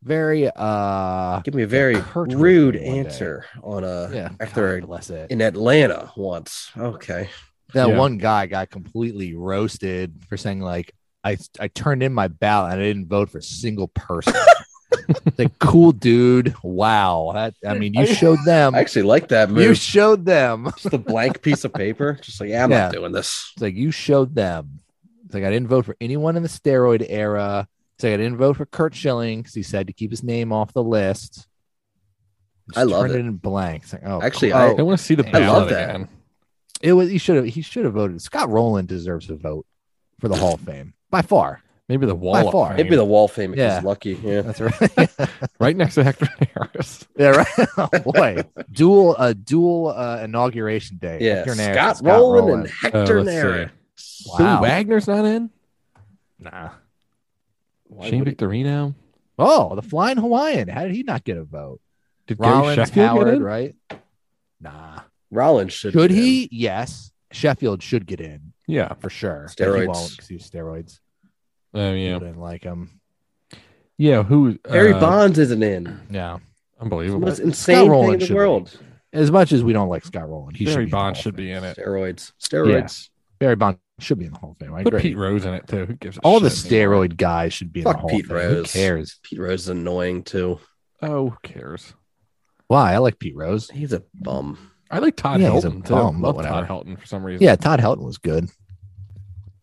Speaker 3: very. uh
Speaker 5: Give me a very
Speaker 3: Kurt was
Speaker 5: rude
Speaker 3: one day.
Speaker 5: answer on a
Speaker 3: Yeah,
Speaker 5: after
Speaker 3: God bless it.
Speaker 5: in Atlanta once. Okay,
Speaker 3: that
Speaker 4: Yeah.
Speaker 3: one guy got completely roasted for saying like I I turned in my ballot and I didn't vote for a single person. the cool dude. Wow. That, I mean, you
Speaker 5: I-
Speaker 3: showed them.
Speaker 5: I actually like that
Speaker 3: Um, You
Speaker 5: move.
Speaker 3: showed them. It's
Speaker 5: Just a blank piece of paper. Just like, yeah, I'm
Speaker 3: Yeah.
Speaker 5: not doing this.
Speaker 3: like you showed them. It's like I didn't vote for anyone in the steroid era. It's like I didn't vote for Kurt Schilling because he said to keep his name off the list. Just
Speaker 5: I love
Speaker 3: turned
Speaker 5: it.
Speaker 3: in blank. It's like, oh,
Speaker 5: Actually,
Speaker 3: cool.
Speaker 5: I-
Speaker 3: Oh,
Speaker 4: I want to see the
Speaker 3: I
Speaker 4: ballot
Speaker 5: love that.
Speaker 4: again.
Speaker 3: it was he should have he should have voted. Scott Rowland deserves a vote for the Hall of Fame by far.
Speaker 4: Maybe the wall. up
Speaker 3: far.
Speaker 4: frame.
Speaker 5: Maybe the wall fame if
Speaker 3: Yeah.
Speaker 5: he's lucky. Yeah.
Speaker 3: That's right.
Speaker 4: right next to Hector Neris.
Speaker 3: Yeah, right. Oh, boy, dual a dual uh, inauguration day.
Speaker 5: Yeah,
Speaker 3: Hector Neris,
Speaker 5: Scott, Rowland and
Speaker 4: Uh,
Speaker 5: Hector
Speaker 4: let's see.
Speaker 5: Neris.
Speaker 3: Wow.
Speaker 4: Sue Wagner's not in.
Speaker 3: Nah.
Speaker 5: Why
Speaker 4: Shane
Speaker 5: would he-
Speaker 4: Victorino.
Speaker 3: Oh, the flying Hawaiian. How did he not get a vote?
Speaker 4: Did Gary
Speaker 3: Rollins,
Speaker 4: Sheffield get
Speaker 3: Howard,
Speaker 4: in?
Speaker 3: right? Nah.
Speaker 5: Rollins should.
Speaker 3: Should
Speaker 5: be
Speaker 3: he?
Speaker 5: in.
Speaker 3: Yes. Sheffield should get in
Speaker 4: Yeah.
Speaker 3: for sure. but he
Speaker 5: Steroids.
Speaker 3: won't 'cause he's steroids.
Speaker 4: Oh
Speaker 3: People
Speaker 4: yeah.
Speaker 3: didn't like him.
Speaker 4: Yeah. Who?
Speaker 5: Barry
Speaker 4: uh,
Speaker 5: Bonds isn't in.
Speaker 3: Yeah.
Speaker 5: It's the
Speaker 4: Unbelievable.
Speaker 5: most insane
Speaker 3: Rowland
Speaker 5: thing in
Speaker 3: should
Speaker 5: the
Speaker 3: be.
Speaker 5: world.
Speaker 3: As much as we don't like Scott Rowland, he
Speaker 4: Barry
Speaker 3: should be in the
Speaker 4: Bonds
Speaker 3: Hall
Speaker 4: should
Speaker 3: of
Speaker 4: be
Speaker 3: Fame.
Speaker 4: in it.
Speaker 5: Steroids. Steroids.
Speaker 3: Barry Bonds should be in the Hall of Fame. I
Speaker 4: Put
Speaker 3: agree.
Speaker 4: Pete Rose in it too. Who gives a
Speaker 3: All the
Speaker 4: shit anymore?
Speaker 3: steroid guys should be in
Speaker 5: Fuck
Speaker 3: the Hall
Speaker 5: Pete
Speaker 3: of Fame.
Speaker 5: Rose.
Speaker 3: Who cares?
Speaker 5: Pete Rose is annoying too.
Speaker 4: Oh, who cares?
Speaker 3: Why? I like Pete Rose.
Speaker 5: He's a bum.
Speaker 4: I like Todd
Speaker 3: Yeah, he's a
Speaker 4: Helton. Too.
Speaker 3: bum, but
Speaker 4: Love
Speaker 3: whatever.
Speaker 4: Todd Helton for some reason.
Speaker 3: Yeah, Todd Helton was good.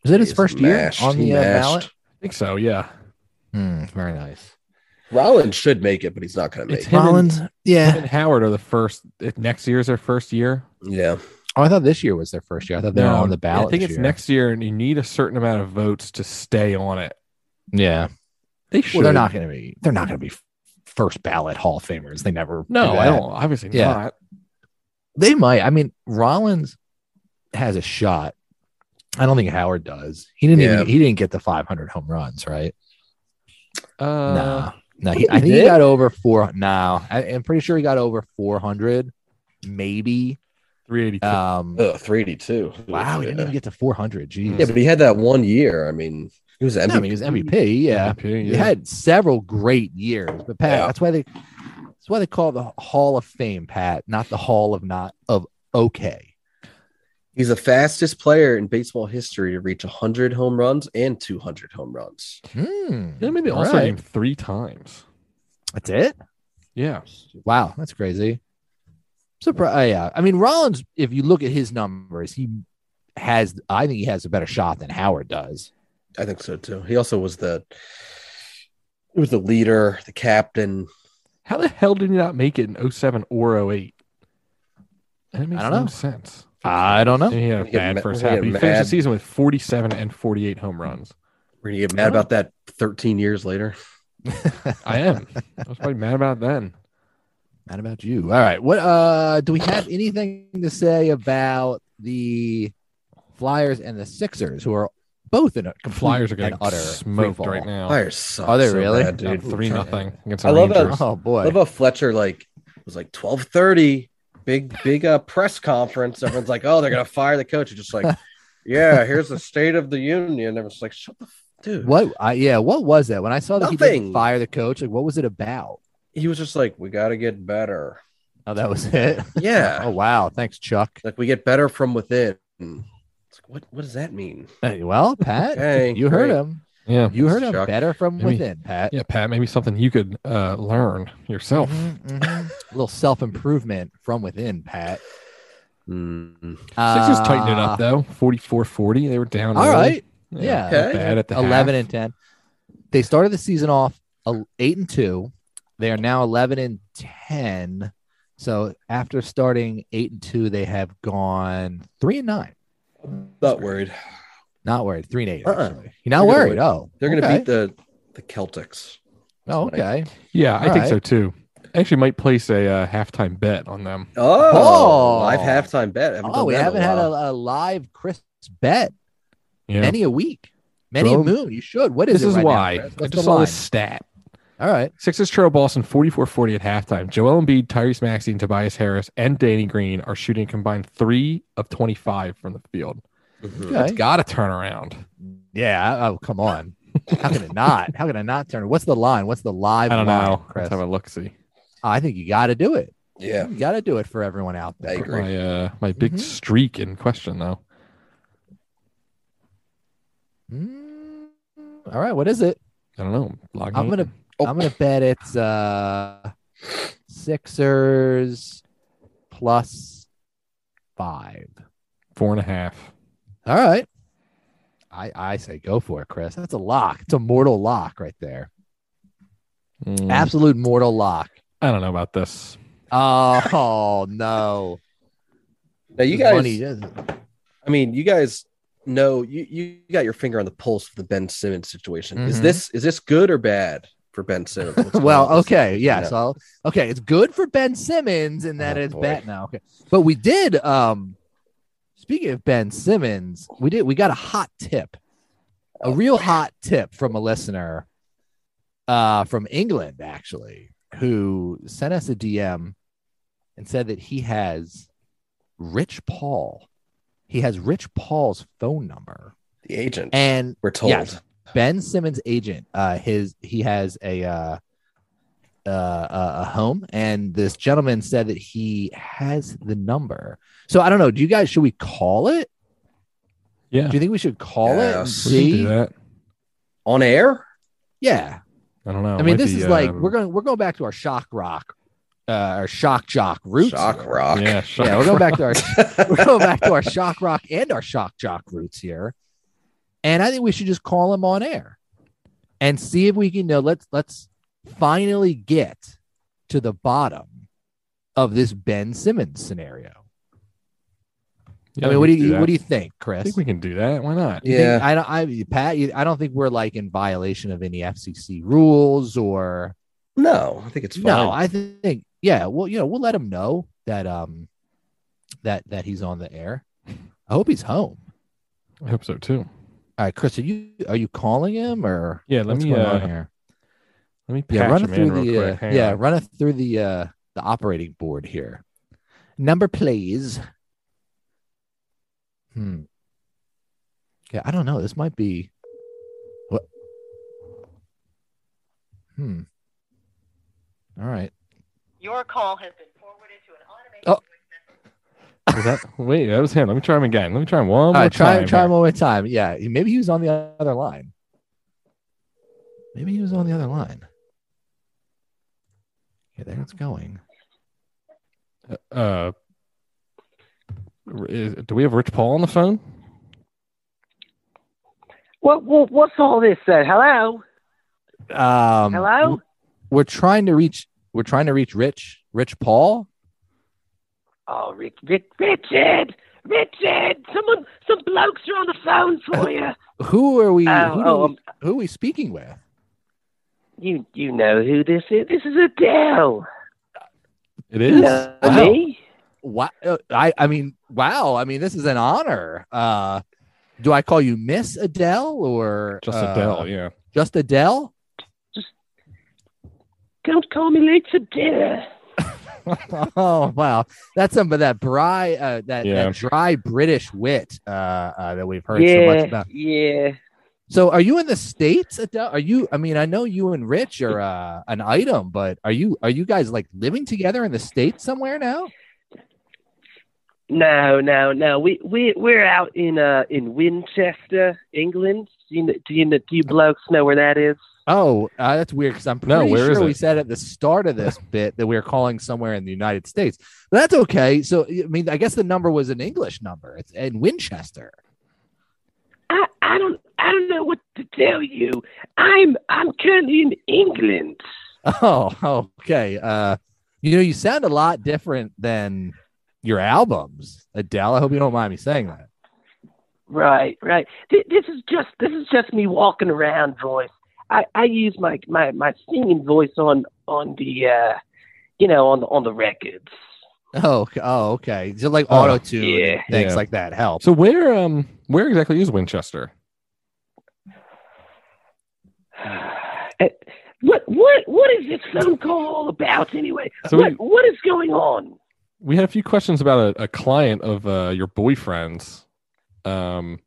Speaker 3: Is it his
Speaker 5: He's
Speaker 3: first
Speaker 5: mashed.
Speaker 3: year on
Speaker 5: He
Speaker 3: the uh,
Speaker 5: mashed.
Speaker 3: ballot?
Speaker 4: I think so. Yeah,
Speaker 3: Hmm, very nice.
Speaker 5: Rollins should make it, but he's not going to make
Speaker 4: It's
Speaker 5: it.
Speaker 4: Him and-
Speaker 3: Rollins, yeah.
Speaker 4: and Howard are the first. If next year's their first year.
Speaker 5: Yeah.
Speaker 3: oh, Oh, I thought this year was their first year. I thought they were
Speaker 4: No,
Speaker 3: on the ballot.
Speaker 4: I think
Speaker 3: this
Speaker 4: it's
Speaker 3: year.
Speaker 4: next year, and you need a certain amount of votes to stay on it.
Speaker 3: Yeah.
Speaker 4: They should.
Speaker 3: Well, they're not going to be. They're not going to be first ballot Hall of Famers. They never.
Speaker 4: No,
Speaker 3: do
Speaker 4: I
Speaker 3: that.
Speaker 4: don't. Obviously
Speaker 3: Yeah.
Speaker 4: not.
Speaker 3: They might. I mean, Rollins has a shot. I don't think Howard does. He didn't
Speaker 5: Yeah.
Speaker 3: even. He didn't get the 500 home runs, right?
Speaker 4: Uh,
Speaker 3: nah. No,
Speaker 5: think
Speaker 3: he,
Speaker 5: he
Speaker 3: I think he
Speaker 5: did.
Speaker 3: got over four. No, I, I'm pretty sure he got over 400, maybe.
Speaker 4: 382.
Speaker 3: Um,
Speaker 5: Oh, 382.
Speaker 3: wow, he didn't
Speaker 5: Yeah.
Speaker 3: even get to 400. Jeez.
Speaker 5: Yeah, but he had that one year. I mean, he was MVP.
Speaker 3: No, I mean, he was MVP. Yeah,
Speaker 4: MVP,
Speaker 3: he
Speaker 4: yeah.
Speaker 3: had several great years. But Pat,
Speaker 5: Yeah.
Speaker 3: that's why they that's why they call it the Hall of Fame, Pat, not the Hall of not of okay.
Speaker 5: He's the fastest player in baseball history to reach 100 home runs and 200 home runs.
Speaker 3: Hmm.
Speaker 4: Yeah, I mean, they
Speaker 3: All
Speaker 4: also
Speaker 3: right.
Speaker 4: named three times.
Speaker 3: That's it.
Speaker 4: Yeah.
Speaker 3: Wow, that's crazy. Surprise! yeah, I mean Rollins. If you look at his numbers, he has. I think he has a better shot than Howard does.
Speaker 5: I think so too. He also was the he was the leader, the captain.
Speaker 4: How the hell did he not make it in 07 or 08? That makes
Speaker 3: don't
Speaker 4: no
Speaker 3: know.
Speaker 4: sense.
Speaker 3: I don't
Speaker 4: And
Speaker 3: know.
Speaker 4: he had a
Speaker 5: We're gonna get
Speaker 4: bad
Speaker 5: ma-
Speaker 4: first
Speaker 5: we're gonna
Speaker 4: half.
Speaker 5: get
Speaker 4: He finished the
Speaker 5: mad.
Speaker 4: season with 47 and 48 home runs.
Speaker 5: We're gonna get
Speaker 3: Oh.
Speaker 5: mad about that 13 years later.
Speaker 4: I am. I was probably mad about it then.
Speaker 3: Not about you. All right. What uh do we have anything to say about the Flyers and the Sixers, who are both in a
Speaker 4: The
Speaker 3: complete
Speaker 4: Flyers are
Speaker 3: and
Speaker 4: getting
Speaker 3: utter
Speaker 4: smoked
Speaker 3: freefall?
Speaker 4: right now.
Speaker 5: Fires suck.
Speaker 3: Oh. Are they
Speaker 5: so
Speaker 3: really?
Speaker 5: bad,
Speaker 4: Dude,
Speaker 5: dude.
Speaker 4: three nothing against the
Speaker 5: I love that-
Speaker 4: Rangers.
Speaker 3: Oh
Speaker 5: I
Speaker 3: boy.
Speaker 5: love how Fletcher like was like 12:30, big big uh, press conference. Everyone's like, "Oh, they're gonna fire the coach." It's just like, "Yeah, here's the state of the union." Everyone's like, "Shut the f- dude."
Speaker 3: what? I, yeah. What was that? When I saw that he didn't
Speaker 5: Nothing.
Speaker 3: fire the coach, like what was it about?
Speaker 5: He was just like, "We got to get better."
Speaker 3: Oh, that was it.
Speaker 5: Yeah.
Speaker 3: oh wow. Thanks, Chuck.
Speaker 5: Like we get better from within. It's like, what what does that mean?
Speaker 3: Hey, well, Pat,
Speaker 5: Hey,
Speaker 3: you heard
Speaker 5: great.
Speaker 3: him.
Speaker 4: Yeah.
Speaker 3: You heard him
Speaker 5: Chuck.
Speaker 3: better from
Speaker 4: Maybe-
Speaker 3: within, Pat.
Speaker 4: Yeah, Pat, maybe something you could uh, learn yourself.
Speaker 3: Mhm, mhm. A little self improvement from within, Pat. Hmm.
Speaker 5: Mm.
Speaker 4: Sixers tightened it up,
Speaker 3: Uh,
Speaker 4: though. 44 40. They were down.
Speaker 3: All
Speaker 4: early.
Speaker 3: right.
Speaker 4: Yeah.
Speaker 3: Yeah.
Speaker 5: Okay.
Speaker 4: Bad at the
Speaker 3: 11
Speaker 4: half.
Speaker 3: and 10. They started the season off a- 8 and 2. They are now 11 and 10. So after starting 8 and 2, they have gone 3 and 9.
Speaker 5: Not worried.
Speaker 3: Not worried. 3 and 8
Speaker 5: Uh-uh.
Speaker 3: actually. You're not
Speaker 5: They're gonna
Speaker 3: worried.
Speaker 5: win.
Speaker 3: Oh.
Speaker 5: They're gonna
Speaker 3: okay.
Speaker 5: beat the the Celtics.
Speaker 3: Oh, okay.
Speaker 4: Yeah, I
Speaker 3: All
Speaker 4: think
Speaker 3: right.
Speaker 4: so too. I actually might place a uh, halftime bet on them.
Speaker 5: Oh,
Speaker 3: Oh.
Speaker 5: live halftime bet. Haven't
Speaker 3: Oh,
Speaker 5: done
Speaker 3: we
Speaker 5: that in a
Speaker 3: haven't had
Speaker 5: while.
Speaker 3: a, a live crisp bet
Speaker 4: Yeah.
Speaker 3: many a week. Many
Speaker 4: Well,
Speaker 3: a moon. You should. What is
Speaker 4: this
Speaker 3: it
Speaker 4: is
Speaker 3: right now,
Speaker 4: why
Speaker 3: Chris?
Speaker 4: I
Speaker 3: What's
Speaker 4: just
Speaker 3: the
Speaker 4: saw
Speaker 3: line?
Speaker 4: this stat.
Speaker 3: All right.
Speaker 4: Sixers trail Boston 44-40 at halftime. Joel Embiid, Tyrese Maxey, and Tobias Harris and Danny Green are shooting a combined three of 25 from the field.
Speaker 5: Mhm.
Speaker 3: Okay.
Speaker 4: It's got to turn around.
Speaker 3: Yeah. I- Oh, come on. How can it not? How can it not turn? What's the line? What's the
Speaker 4: I
Speaker 3: live
Speaker 4: don't
Speaker 3: line,
Speaker 4: know.
Speaker 3: Chris?
Speaker 4: Let's have a look. See,
Speaker 3: I think you got to do it.
Speaker 5: Yeah.
Speaker 3: You got to do it for everyone out
Speaker 5: I
Speaker 3: there.
Speaker 5: agree.
Speaker 4: my uh, my big
Speaker 3: Mhm.
Speaker 4: streak in question though.
Speaker 3: Mm, all right, what is it?
Speaker 4: I don't know. Log
Speaker 3: I'm
Speaker 4: in.
Speaker 3: gonna-
Speaker 5: Oh.
Speaker 3: I'm gonna bet it's uh Sixers plus five.
Speaker 4: four and a half.
Speaker 3: All right. I I say go for it, Chris. That's a lock. It's a mortal lock right there.
Speaker 4: Mm,
Speaker 3: Absolute mortal lock.
Speaker 4: I don't know about this.
Speaker 3: Oh, no.
Speaker 5: Now you
Speaker 3: It's
Speaker 5: guys.
Speaker 3: funny, isn't it?
Speaker 5: I mean, you guys know you you got your finger on the pulse of the Ben Simmons situation. Is
Speaker 3: Mhm.
Speaker 5: this is this good or bad for Ben Simmons? What's going
Speaker 3: well,
Speaker 5: on with this?
Speaker 3: okay, yeah.
Speaker 5: Yeah.
Speaker 3: So I'll- okay, it's good for Ben Simmons in that
Speaker 5: Oh,
Speaker 3: it's
Speaker 5: boy.
Speaker 3: bad now. Okay, but we did. um Speaking of Ben Simmons, we did. We got a hot tip, a real hot tip from a listener, uh, from England actually, who sent us a DM and said that he has Rich Paul. He has Rich Paul's phone number,
Speaker 5: The agent.
Speaker 3: and
Speaker 5: we're told.
Speaker 3: Yes. Ben Simmons' agent, uh, his he has a uh, uh, a a home, and this gentleman said that he has the number. So I don't know. Do you guys should we call it?
Speaker 4: Yeah,
Speaker 3: Do you think we should call it? and
Speaker 5: Yes.
Speaker 4: we can
Speaker 3: See?
Speaker 4: do that.
Speaker 5: On air?
Speaker 3: Yeah.
Speaker 4: I don't know.
Speaker 3: I mean,
Speaker 4: Might
Speaker 3: this
Speaker 4: be,
Speaker 3: is like
Speaker 4: um,
Speaker 3: we're going we're going back to our shock rock, uh, our shock jock roots.
Speaker 5: Shock
Speaker 3: here.
Speaker 5: rock.
Speaker 4: Yeah, shock
Speaker 3: Yeah, we're going back to our we're going back to our shock rock and our shock jock roots here. And I think we should just call him on air and see if we can you know let's let's finally get to the bottom of this Ben Simmons scenario.
Speaker 4: Yeah,
Speaker 3: I mean,
Speaker 4: we
Speaker 3: what do
Speaker 4: can
Speaker 3: you
Speaker 4: that.
Speaker 3: what do you think,
Speaker 4: I
Speaker 3: Chris?
Speaker 4: think we can do that. Why not?
Speaker 3: You think-
Speaker 5: Yeah.
Speaker 3: I don't. I Pat, you, I don't think we're like in violation of any FCC rules or
Speaker 5: No, I think it's fine.
Speaker 3: no. I think yeah. Well, you know, we'll let him know that um that that he's on the air. I hope he's home.
Speaker 4: I hope so too.
Speaker 3: All right, Chris, are you are you calling him or
Speaker 4: Yeah, let
Speaker 3: what's
Speaker 4: me,
Speaker 3: going on
Speaker 4: uh,
Speaker 3: here?
Speaker 4: Let me
Speaker 3: Yeah,
Speaker 4: patch
Speaker 3: run it
Speaker 4: him in
Speaker 3: through
Speaker 4: real
Speaker 3: the
Speaker 4: quick.
Speaker 3: uh,
Speaker 4: Hang
Speaker 3: yeah,
Speaker 4: on.
Speaker 3: run it through the uh the operating board here. Number please. Hmm. Yeah, I don't know. This might be what. Hmm. All right.
Speaker 6: Your call has been forwarded to an automated.
Speaker 3: Oh.
Speaker 4: Was that- wait, that was him. Let me try him again. Let me try him one
Speaker 3: All
Speaker 4: more
Speaker 3: right. Try
Speaker 4: time.
Speaker 3: try
Speaker 4: here.
Speaker 3: him one more time. Yeah, maybe he was on the other line. Maybe he was on the other line. Yeah, there it's going.
Speaker 4: uh, is, do we have Rich Paul on the phone?
Speaker 7: What, what what's all this then? Hello,
Speaker 3: Um,
Speaker 7: hello.
Speaker 3: we're trying to reach we're trying to reach rich rich paul
Speaker 7: Oh, Rick, Rick, Richard, Richard, someone, some blokes are on the phone for you.
Speaker 3: who are we
Speaker 7: Oh,
Speaker 3: Oh, who, do
Speaker 7: oh,
Speaker 3: we-
Speaker 7: um,
Speaker 3: who are we speaking with
Speaker 7: you you know who this is? This is Adele.
Speaker 4: It
Speaker 7: You
Speaker 4: is.
Speaker 7: know
Speaker 3: Wow.
Speaker 7: me?
Speaker 3: wow uh, i i mean wow i mean this is an honor uh do i call you miss adele or
Speaker 4: Just
Speaker 3: uh,
Speaker 4: Adele. Yeah.
Speaker 3: just adele
Speaker 7: Don't call me late for dinner.
Speaker 3: oh wow that's some of that bry uh that,
Speaker 4: Yeah.
Speaker 3: that dry british wit uh, uh that we've heard so
Speaker 7: yeah,
Speaker 3: much about
Speaker 7: yeah.
Speaker 3: so are you in the states adele are you i mean i know you and rich are uh an item but are you are you guys like living together in the states somewhere now
Speaker 7: No, no, no. We we we're out in uh in Winchester, England. Do you kn- do you kn- do you blokes know where that is?
Speaker 3: Oh, uh, that's weird because I'm pretty
Speaker 4: No, where
Speaker 3: sure
Speaker 4: is
Speaker 3: we
Speaker 4: it?
Speaker 3: said at the start of this bit that we were calling somewhere in the United States. But that's okay. So, I mean, I guess the number was an English number. It's in Winchester.
Speaker 7: I, I don't I don't know what to tell you. I'm I'm currently in England.
Speaker 3: Oh, okay. Uh, you know, you sound a lot different than your albums, Adele. I hope you don't mind me saying that.
Speaker 7: Right, right. Th- this is just this is just me walking around voice. I, I use my, my, my singing voice on on the uh, you know on the on the records.
Speaker 3: Oh, okay. oh, okay. So, like
Speaker 4: Oh,
Speaker 3: auto tune,
Speaker 7: yeah.
Speaker 3: things
Speaker 4: Yeah.
Speaker 3: like that help.
Speaker 4: So where um where exactly is Winchester?
Speaker 7: Uh, What what what is this phone call all about anyway?
Speaker 4: So
Speaker 7: what
Speaker 4: we-
Speaker 7: what is going on?
Speaker 4: We had a few questions about a, a client of uh, your boyfriend's. Um,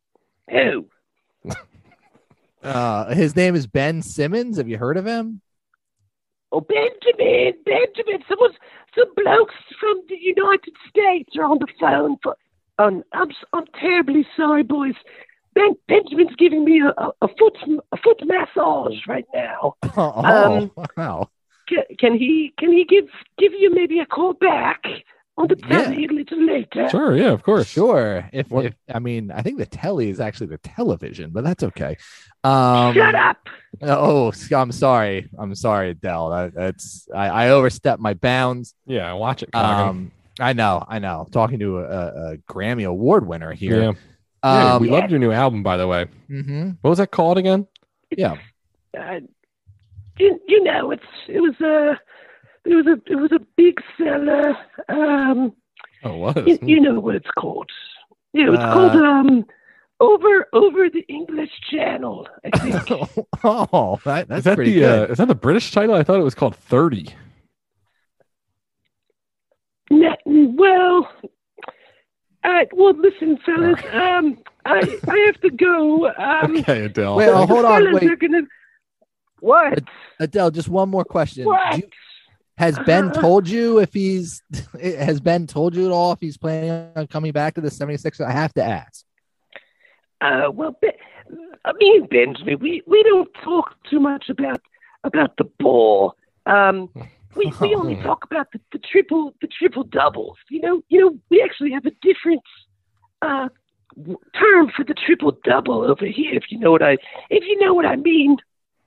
Speaker 7: Who?
Speaker 3: Uh, his name is Ben Simmons. Have you heard of him?
Speaker 7: Oh Benjamin, Benjamin, someone's some blokes from the United States are on the phone for um, I'm s- I'm terribly sorry boys. Ben, Benjamin's giving me a, a, a foot a foot massage right now.
Speaker 3: Oh,
Speaker 7: Um,
Speaker 3: wow.
Speaker 7: can, can he can he give give you maybe a call back on the
Speaker 3: Yeah.
Speaker 7: telly a little later?
Speaker 4: sure, yeah, of course.
Speaker 3: Sure. If,
Speaker 4: What-
Speaker 3: if I mean, I think the telly is actually the television, but that's okay. Um,
Speaker 7: Shut up!
Speaker 3: Oh, s- I'm sorry. I'm sorry, Adele. I, that's I, I overstepped my bounds.
Speaker 4: Yeah, watch it. Coggin.
Speaker 3: Um, I know. I know. Talking to a, a, a Grammy Award winner
Speaker 4: yeah.
Speaker 3: here.
Speaker 4: Yeah,
Speaker 3: Um,
Speaker 4: we loved your new album, by the way.
Speaker 3: mhm.
Speaker 4: What was that called again?
Speaker 7: Uh, you, you know it's it was a it was a it was a big seller. Um,
Speaker 4: Oh, what?
Speaker 7: you, you know what it's called? It was
Speaker 3: Mm. Uh,
Speaker 7: called um over over the English Channel. I think.
Speaker 3: oh, that, that's
Speaker 4: is that
Speaker 3: pretty
Speaker 4: the
Speaker 3: good.
Speaker 4: uh, is that the British title? I thought it was called Thirty.
Speaker 7: N- well, uh, well, listen, fellas. Um, I I have to go. Um,
Speaker 4: Okay, Adele.
Speaker 3: Wait, oh, hold
Speaker 7: the
Speaker 3: on,
Speaker 7: fellas
Speaker 3: wait.
Speaker 7: are gonna- what?
Speaker 3: Adele, just one more question.
Speaker 7: What?
Speaker 3: Do you- has Ben
Speaker 7: Uh.
Speaker 3: told you if he's has Ben told you at all if he's planning on coming back to the 76ers? I have to ask.
Speaker 7: Uh, well, Be- uh, me and Benjamin, we, we don't talk too much about about the ball. Um, we, we only talk about the, the triple the triple doubles. You know, you know, we actually have a different uh, w- term for the triple double over here. If you know what I if you know what I mean,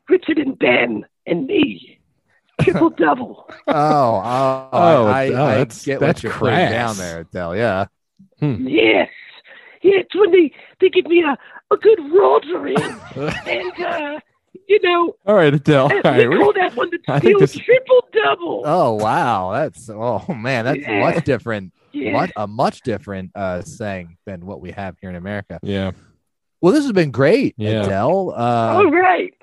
Speaker 7: Richard and Ben and me, triple double.
Speaker 3: oh, oh,
Speaker 4: Oh,
Speaker 3: I, I,
Speaker 4: Adele,
Speaker 3: I
Speaker 4: that's-
Speaker 3: get
Speaker 4: that's
Speaker 3: what you're putting down
Speaker 4: crass.
Speaker 3: there, Adele. Yeah.
Speaker 7: Yes, yeah, it's when they, they give me a, a good rotary. and, uh, you know,
Speaker 4: All right, Adele. All
Speaker 7: uh,
Speaker 4: right,
Speaker 7: we
Speaker 4: we're-
Speaker 7: call that one the
Speaker 4: I think
Speaker 7: steel
Speaker 4: this-
Speaker 7: triple double.
Speaker 3: Oh wow, that's oh man, that's
Speaker 7: Yeah.
Speaker 3: much different,
Speaker 7: yeah.
Speaker 3: much, a much different uh, saying than what we have here in America.
Speaker 4: yeah.
Speaker 3: Well, this has been great,
Speaker 4: Yeah.
Speaker 3: Adele. Uh,
Speaker 7: All right.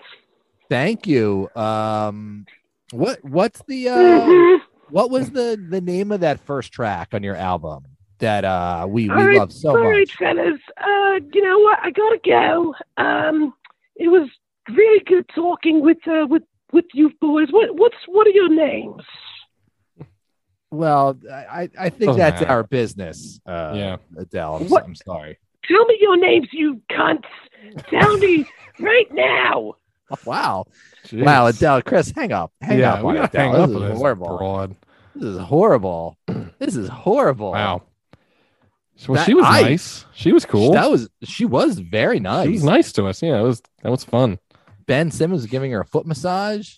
Speaker 3: Thank you. Um, what what's the uh,
Speaker 7: Mhm.
Speaker 3: what was the the name of that first track on your album that uh we,
Speaker 7: All
Speaker 3: we
Speaker 7: right,
Speaker 3: love so
Speaker 7: All right,
Speaker 3: much?
Speaker 7: fellas. Uh, you know what? I gotta go. Um, it was really good talking with uh, with with you boys. What what's what are your names?
Speaker 3: Well, I I- I think
Speaker 4: Doesn't
Speaker 3: that's
Speaker 4: matter.
Speaker 3: our business. Uh,
Speaker 4: Yeah.
Speaker 3: Adele. I'm, s-
Speaker 7: What-
Speaker 3: I'm sorry.
Speaker 7: Tell me your names, you cunts. Tell me right now.
Speaker 3: Oh, wow,
Speaker 4: Jeez.
Speaker 3: wow, Adele, Chris, hang up, hang
Speaker 4: yeah,
Speaker 3: up
Speaker 4: we
Speaker 3: on
Speaker 4: gotta
Speaker 3: Adele.
Speaker 4: hang
Speaker 3: this
Speaker 4: up
Speaker 3: is
Speaker 4: on this
Speaker 3: horrible.
Speaker 4: broad.
Speaker 3: This is horrible. This is horrible.
Speaker 4: Wow. So well,
Speaker 3: That-
Speaker 4: she was
Speaker 3: I-
Speaker 4: nice. She was cool.
Speaker 3: That was she was very nice.
Speaker 4: She was nice to us. Yeah, it was that was fun.
Speaker 3: Ben Simmons was giving her a foot massage.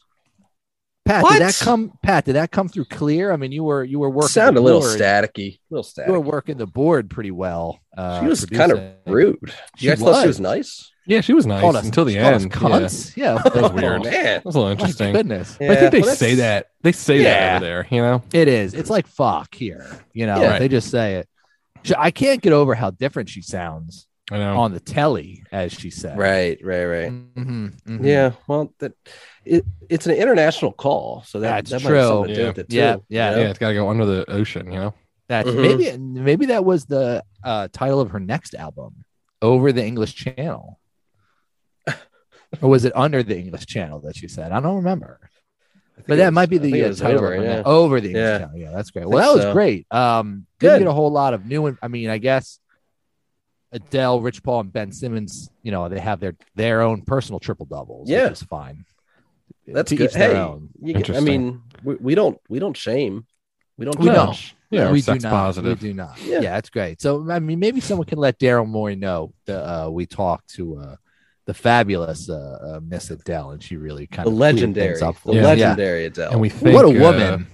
Speaker 3: Pat,
Speaker 5: What?
Speaker 3: did that come? Pat, did that come through clear? I mean, you were you were working
Speaker 5: Sound
Speaker 3: the
Speaker 5: a little
Speaker 3: board.
Speaker 5: staticky. A little
Speaker 3: You were
Speaker 5: staticky.
Speaker 3: working the board pretty well. Uh,
Speaker 5: she was kind of
Speaker 3: producing.
Speaker 5: rude.
Speaker 3: She
Speaker 5: you guys thought
Speaker 3: was.
Speaker 5: she was nice?
Speaker 4: Yeah, she was nice
Speaker 3: Called us-
Speaker 4: until the
Speaker 3: she called us
Speaker 4: end. Yeah.
Speaker 3: cunts. Yeah,
Speaker 4: That was weird.
Speaker 5: Oh, man.
Speaker 4: That was a little interesting.
Speaker 3: Goodness,
Speaker 4: But I
Speaker 5: Yeah,
Speaker 4: think they
Speaker 5: well,
Speaker 4: say
Speaker 5: that's-
Speaker 4: that. They say
Speaker 5: Yeah.
Speaker 4: that over there, you know?
Speaker 3: it is. It's like fuck here. You know,
Speaker 5: Yeah.
Speaker 3: like, they just say it. She- I can't get over how different she sounds
Speaker 4: I know.
Speaker 3: on the telly, as she said.
Speaker 5: Oh. Right, right, right.
Speaker 3: Mhm, mhm.
Speaker 5: Yeah, well, that it, it's an international call, so that,
Speaker 3: That's
Speaker 5: that might have something to
Speaker 4: true.
Speaker 5: do with it too.
Speaker 3: Yeah, yeah,
Speaker 5: you
Speaker 4: yeah,
Speaker 5: know?
Speaker 4: it's got to go under the ocean, you know?
Speaker 3: That's
Speaker 5: Mhm.
Speaker 3: maybe maybe that was the uh, title of her next album, Over the English Channel. or was it Under the English Channel that she said? I don't remember.
Speaker 5: I think
Speaker 3: But
Speaker 5: it
Speaker 3: that
Speaker 5: was-
Speaker 3: might be
Speaker 5: I think
Speaker 3: the
Speaker 5: it
Speaker 3: uh,
Speaker 5: was
Speaker 3: title
Speaker 5: over,
Speaker 3: over, of her
Speaker 5: yeah.
Speaker 3: ne- over the English
Speaker 5: Yeah.
Speaker 3: Channel. Yeah, that's great.
Speaker 5: I
Speaker 3: Well, that
Speaker 5: think
Speaker 3: was
Speaker 5: so.
Speaker 3: great. Um, didn't
Speaker 5: Good.
Speaker 3: get a whole lot of new. In- I mean, I guess Adele, Rich Paul, and Ben Simmons. You know, they have their their own personal triple doubles.
Speaker 5: Yeah.
Speaker 3: which is fine.
Speaker 5: That's
Speaker 3: Oh, To
Speaker 5: good.
Speaker 3: each their
Speaker 5: Hey,
Speaker 3: own.
Speaker 5: you get- I
Speaker 4: Interesting.
Speaker 5: mean, we, we don't we don't shame, we don't
Speaker 3: We don't.
Speaker 5: judge.
Speaker 4: Yeah,
Speaker 3: we
Speaker 4: we
Speaker 3: do
Speaker 4: sex
Speaker 3: not.
Speaker 4: positive.
Speaker 3: We do not. Yeah.
Speaker 5: Yeah.
Speaker 3: that's great. So I mean, maybe someone can let Daryl Morey know that uh, we talked to uh, the fabulous uh, uh, Miss Adele, and she really kind
Speaker 5: The
Speaker 3: of
Speaker 5: legendary,
Speaker 3: Up
Speaker 5: the
Speaker 3: for us.
Speaker 4: Yeah.
Speaker 5: legendary Adele.
Speaker 4: And we think.
Speaker 3: what a
Speaker 4: uh,
Speaker 3: woman!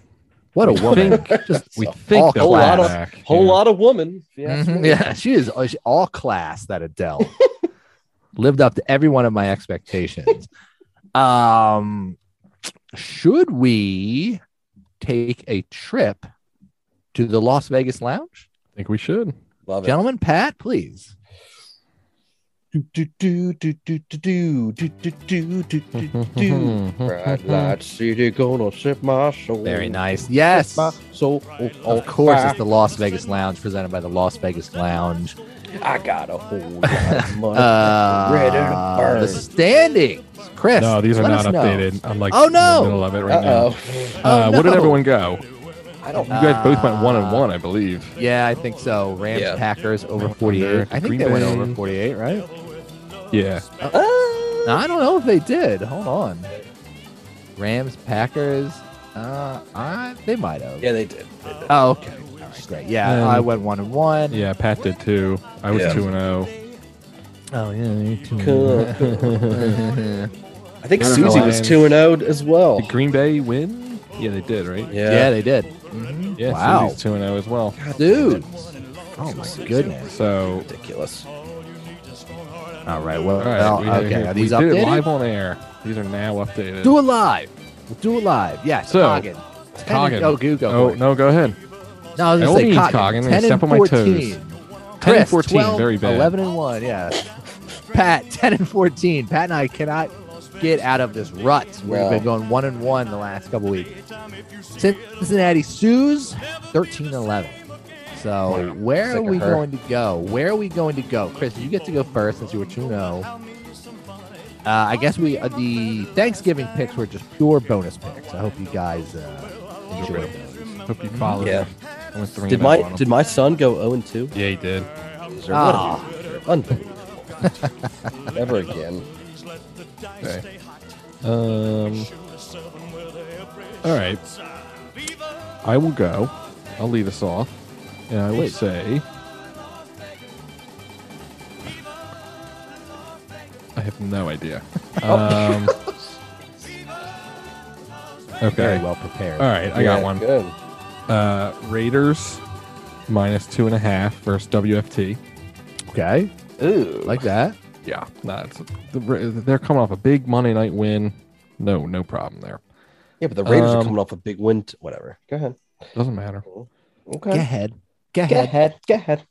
Speaker 3: What a
Speaker 4: we
Speaker 3: woman!
Speaker 4: think-
Speaker 3: Just
Speaker 4: we
Speaker 3: all
Speaker 4: think that Mm-hmm.
Speaker 5: whole lot
Speaker 3: class.
Speaker 5: of- whole lot of woman. if you ask
Speaker 3: Mhm.
Speaker 5: me.
Speaker 3: Yeah, she is all- she- all class. That Adele lived up to every one of my expectations. um, should we take a trip to the Las Vegas Lounge?
Speaker 4: I think we should.
Speaker 5: love it.
Speaker 3: Gentlemen, Pat, please.
Speaker 5: Bright light city gonna sip my soul.
Speaker 3: Mm-hmm.
Speaker 5: oh,
Speaker 3: Very nice.
Speaker 5: Sip
Speaker 3: Yes.
Speaker 5: my soul.
Speaker 3: Of course, it's the Las Vegas Lounge presented by the Las Vegas Lounge.
Speaker 5: I got a whole lot of money. ready to
Speaker 3: Uh,
Speaker 5: burn.
Speaker 3: the standings. Chris.
Speaker 4: No, these are
Speaker 3: let
Speaker 4: not
Speaker 3: us know.
Speaker 4: updated. I'm like
Speaker 3: Oh,
Speaker 4: in the
Speaker 3: no.
Speaker 4: middle of it right
Speaker 5: Uh
Speaker 4: now.
Speaker 5: oh.
Speaker 4: Uh,
Speaker 3: Oh,
Speaker 4: Where did
Speaker 3: no.
Speaker 4: everyone go?
Speaker 5: I don't.
Speaker 3: Uh,
Speaker 4: You guys both went one and one, I believe.
Speaker 3: Yeah, I think so. Rams,
Speaker 5: Yeah.
Speaker 3: Packers over 48. I think
Speaker 4: Green
Speaker 3: they went
Speaker 4: Bay.
Speaker 3: over 48, right?
Speaker 4: Yeah.
Speaker 5: Uh,
Speaker 3: I don't know if they did. Hold on. Rams, Packers. Uh, I, they might have.
Speaker 5: yeah, they did.
Speaker 3: Oh, okay. All right, great. Yeah,
Speaker 4: Um,
Speaker 3: I went one and one.
Speaker 4: Yeah, Pat did too. I was
Speaker 5: Yeah.
Speaker 4: two and zero.
Speaker 3: Oh yeah, you
Speaker 5: Cool.
Speaker 3: too.
Speaker 5: I think
Speaker 4: I don't know
Speaker 5: Susie
Speaker 4: why
Speaker 5: was
Speaker 4: I'm-
Speaker 5: two and zero as well.
Speaker 4: Did Green Bay win? Yeah, they did, right?
Speaker 5: Yeah.
Speaker 3: Yeah, they did. Mhm.
Speaker 4: Yeah,
Speaker 3: wow,
Speaker 4: Susie's two and zero as well.
Speaker 3: dudes. Oh my goodness.
Speaker 4: So,
Speaker 5: ridiculous.
Speaker 3: All right. Well,
Speaker 4: all right,
Speaker 3: well,
Speaker 4: we,
Speaker 3: okay.
Speaker 4: we
Speaker 3: Are these
Speaker 4: did it
Speaker 3: updated?
Speaker 4: live on air. These are now updated.
Speaker 3: Do it live. We'll do it live. Yes.
Speaker 4: So,
Speaker 3: Coggin.
Speaker 4: Coggin.
Speaker 3: Oh, go, go
Speaker 4: oh
Speaker 3: for it.
Speaker 4: no, go ahead.
Speaker 3: No, I was
Speaker 4: By
Speaker 3: gonna
Speaker 4: all
Speaker 3: say
Speaker 4: means,
Speaker 3: Coggin.
Speaker 4: Coggin,
Speaker 3: Ten and
Speaker 4: step on my toes.
Speaker 3: fourteen.
Speaker 4: 10
Speaker 3: Chris,
Speaker 4: and 14,
Speaker 3: 12,
Speaker 4: very bad.
Speaker 3: Eleven and one. Yeah. Pat, ten and fourteen. Pat and I cannot get out of this rut. We've
Speaker 5: No.
Speaker 3: been going one and one the last couple weeks. Cincinnati Sues, thirteen and eleven. So where
Speaker 5: Sick
Speaker 3: are
Speaker 5: of
Speaker 3: we
Speaker 5: her.
Speaker 3: going to go? Where are we going to go, Chris? You get to go first since you were two zero. Uh, I guess we uh, the Thanksgiving picks were just pure bonus picks. I hope you guys uh, enjoyed those.
Speaker 4: Hope you followed.
Speaker 5: Yeah.
Speaker 4: me. I went three
Speaker 5: Did
Speaker 4: and oh
Speaker 5: my
Speaker 4: on 'em.
Speaker 5: did my son go zero and two?
Speaker 4: Yeah, he did.
Speaker 3: Ah,
Speaker 5: Unbelievable. Never again.
Speaker 4: Okay. Um. All right. I will go. I'll lead us off, and I will say. I have no idea. Um,
Speaker 3: very
Speaker 4: okay.
Speaker 3: well prepared.
Speaker 4: All right. I
Speaker 5: Yeah,
Speaker 4: got one.
Speaker 5: Good.
Speaker 4: Uh, Raiders minus two and a half versus WFT.
Speaker 3: Okay,
Speaker 8: Ooh.
Speaker 3: like that.
Speaker 4: Yeah, nah, it's, the, they're coming off a big Monday night win. No, no problem there.
Speaker 5: Yeah, but the Raiders are
Speaker 4: Um,
Speaker 5: coming off a big win. T- whatever. Go ahead.
Speaker 4: Doesn't matter.
Speaker 5: Okay.
Speaker 3: Go ahead. Go
Speaker 8: Go
Speaker 3: ahead.
Speaker 8: ahead. Go ahead.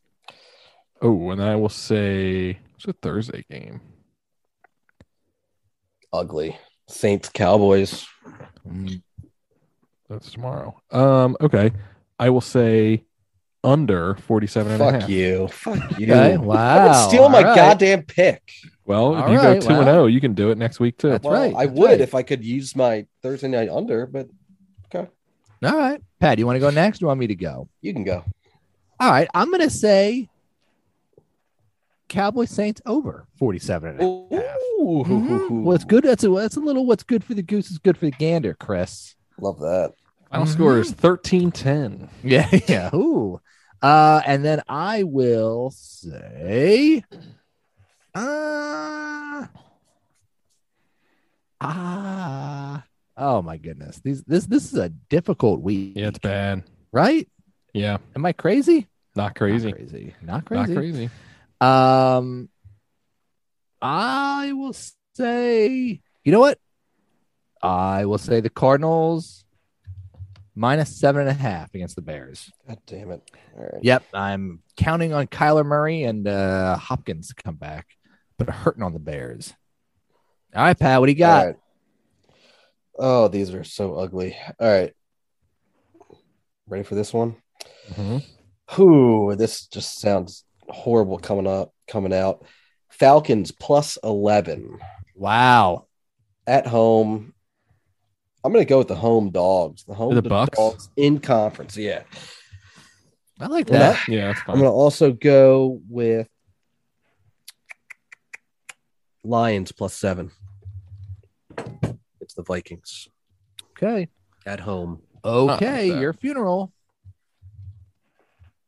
Speaker 4: Oh, and I will say it's a Thursday game.
Speaker 8: Ugly.
Speaker 5: Saints Cowboys.
Speaker 3: Mm,
Speaker 4: That's tomorrow. Um, okay. I will say under 47 and a half.
Speaker 5: Fuck you. Fuck you.
Speaker 3: Okay.
Speaker 5: I would
Speaker 3: Wow.
Speaker 5: steal my
Speaker 3: all right.
Speaker 5: goddamn pick.
Speaker 4: Well, if
Speaker 3: All
Speaker 4: you
Speaker 3: right,
Speaker 4: go 2 and
Speaker 3: wow.
Speaker 4: 0, you can do it next week too.
Speaker 3: That's right.
Speaker 5: I
Speaker 3: that's
Speaker 5: would
Speaker 3: right.
Speaker 5: if I could use my Thursday night under, but
Speaker 3: All right, Pat. You want to go next? Or you want me to go?
Speaker 5: you can go.
Speaker 3: All right, I'm gonna say Cowboy Saints over 47 and a half.
Speaker 5: Ooh.
Speaker 3: Mhm. Well, it's good. That's a that's a little. What's good for the goose is good for the gander, Chris.
Speaker 5: Love that.
Speaker 4: Final score
Speaker 3: Mm-hmm.
Speaker 4: is 13 10.
Speaker 3: Yeah, yeah. Ooh. Uh, and then I will say, uh, ah, oh my goodness, these this this is a difficult week.
Speaker 4: Yeah, it's bad.
Speaker 3: right?
Speaker 4: Yeah,
Speaker 3: Am I crazy?
Speaker 4: not
Speaker 3: Not
Speaker 4: crazy.
Speaker 3: crazy, not
Speaker 4: Not
Speaker 3: crazy.
Speaker 4: crazy.
Speaker 3: Um, I will say, you know what? I will say the Cardinals minus seven and a half against the Bears.
Speaker 5: God damn it. All right.
Speaker 3: Yep, I'm counting on Kyler Murray and uh, Hopkins to come back, but hurting on the Bears. All right, Pat, what do you
Speaker 5: All
Speaker 3: got?
Speaker 5: right. Oh, these are so ugly. All right. Ready for this one?
Speaker 4: Mhm.
Speaker 5: Who this just sounds horrible coming up, coming out. Falcons plus 11
Speaker 3: Wow.
Speaker 5: at home. I'm going to go with the home dogs. The home
Speaker 4: The Bucks?
Speaker 5: dogs in conference. Yeah.
Speaker 3: I like
Speaker 5: Well,
Speaker 3: that.
Speaker 4: Yeah, that's
Speaker 5: I'm
Speaker 4: fine.
Speaker 5: going to also go with Lions plus 7. It's the Vikings
Speaker 3: Okay.
Speaker 5: at home.
Speaker 3: Okay,
Speaker 4: that.
Speaker 3: your funeral.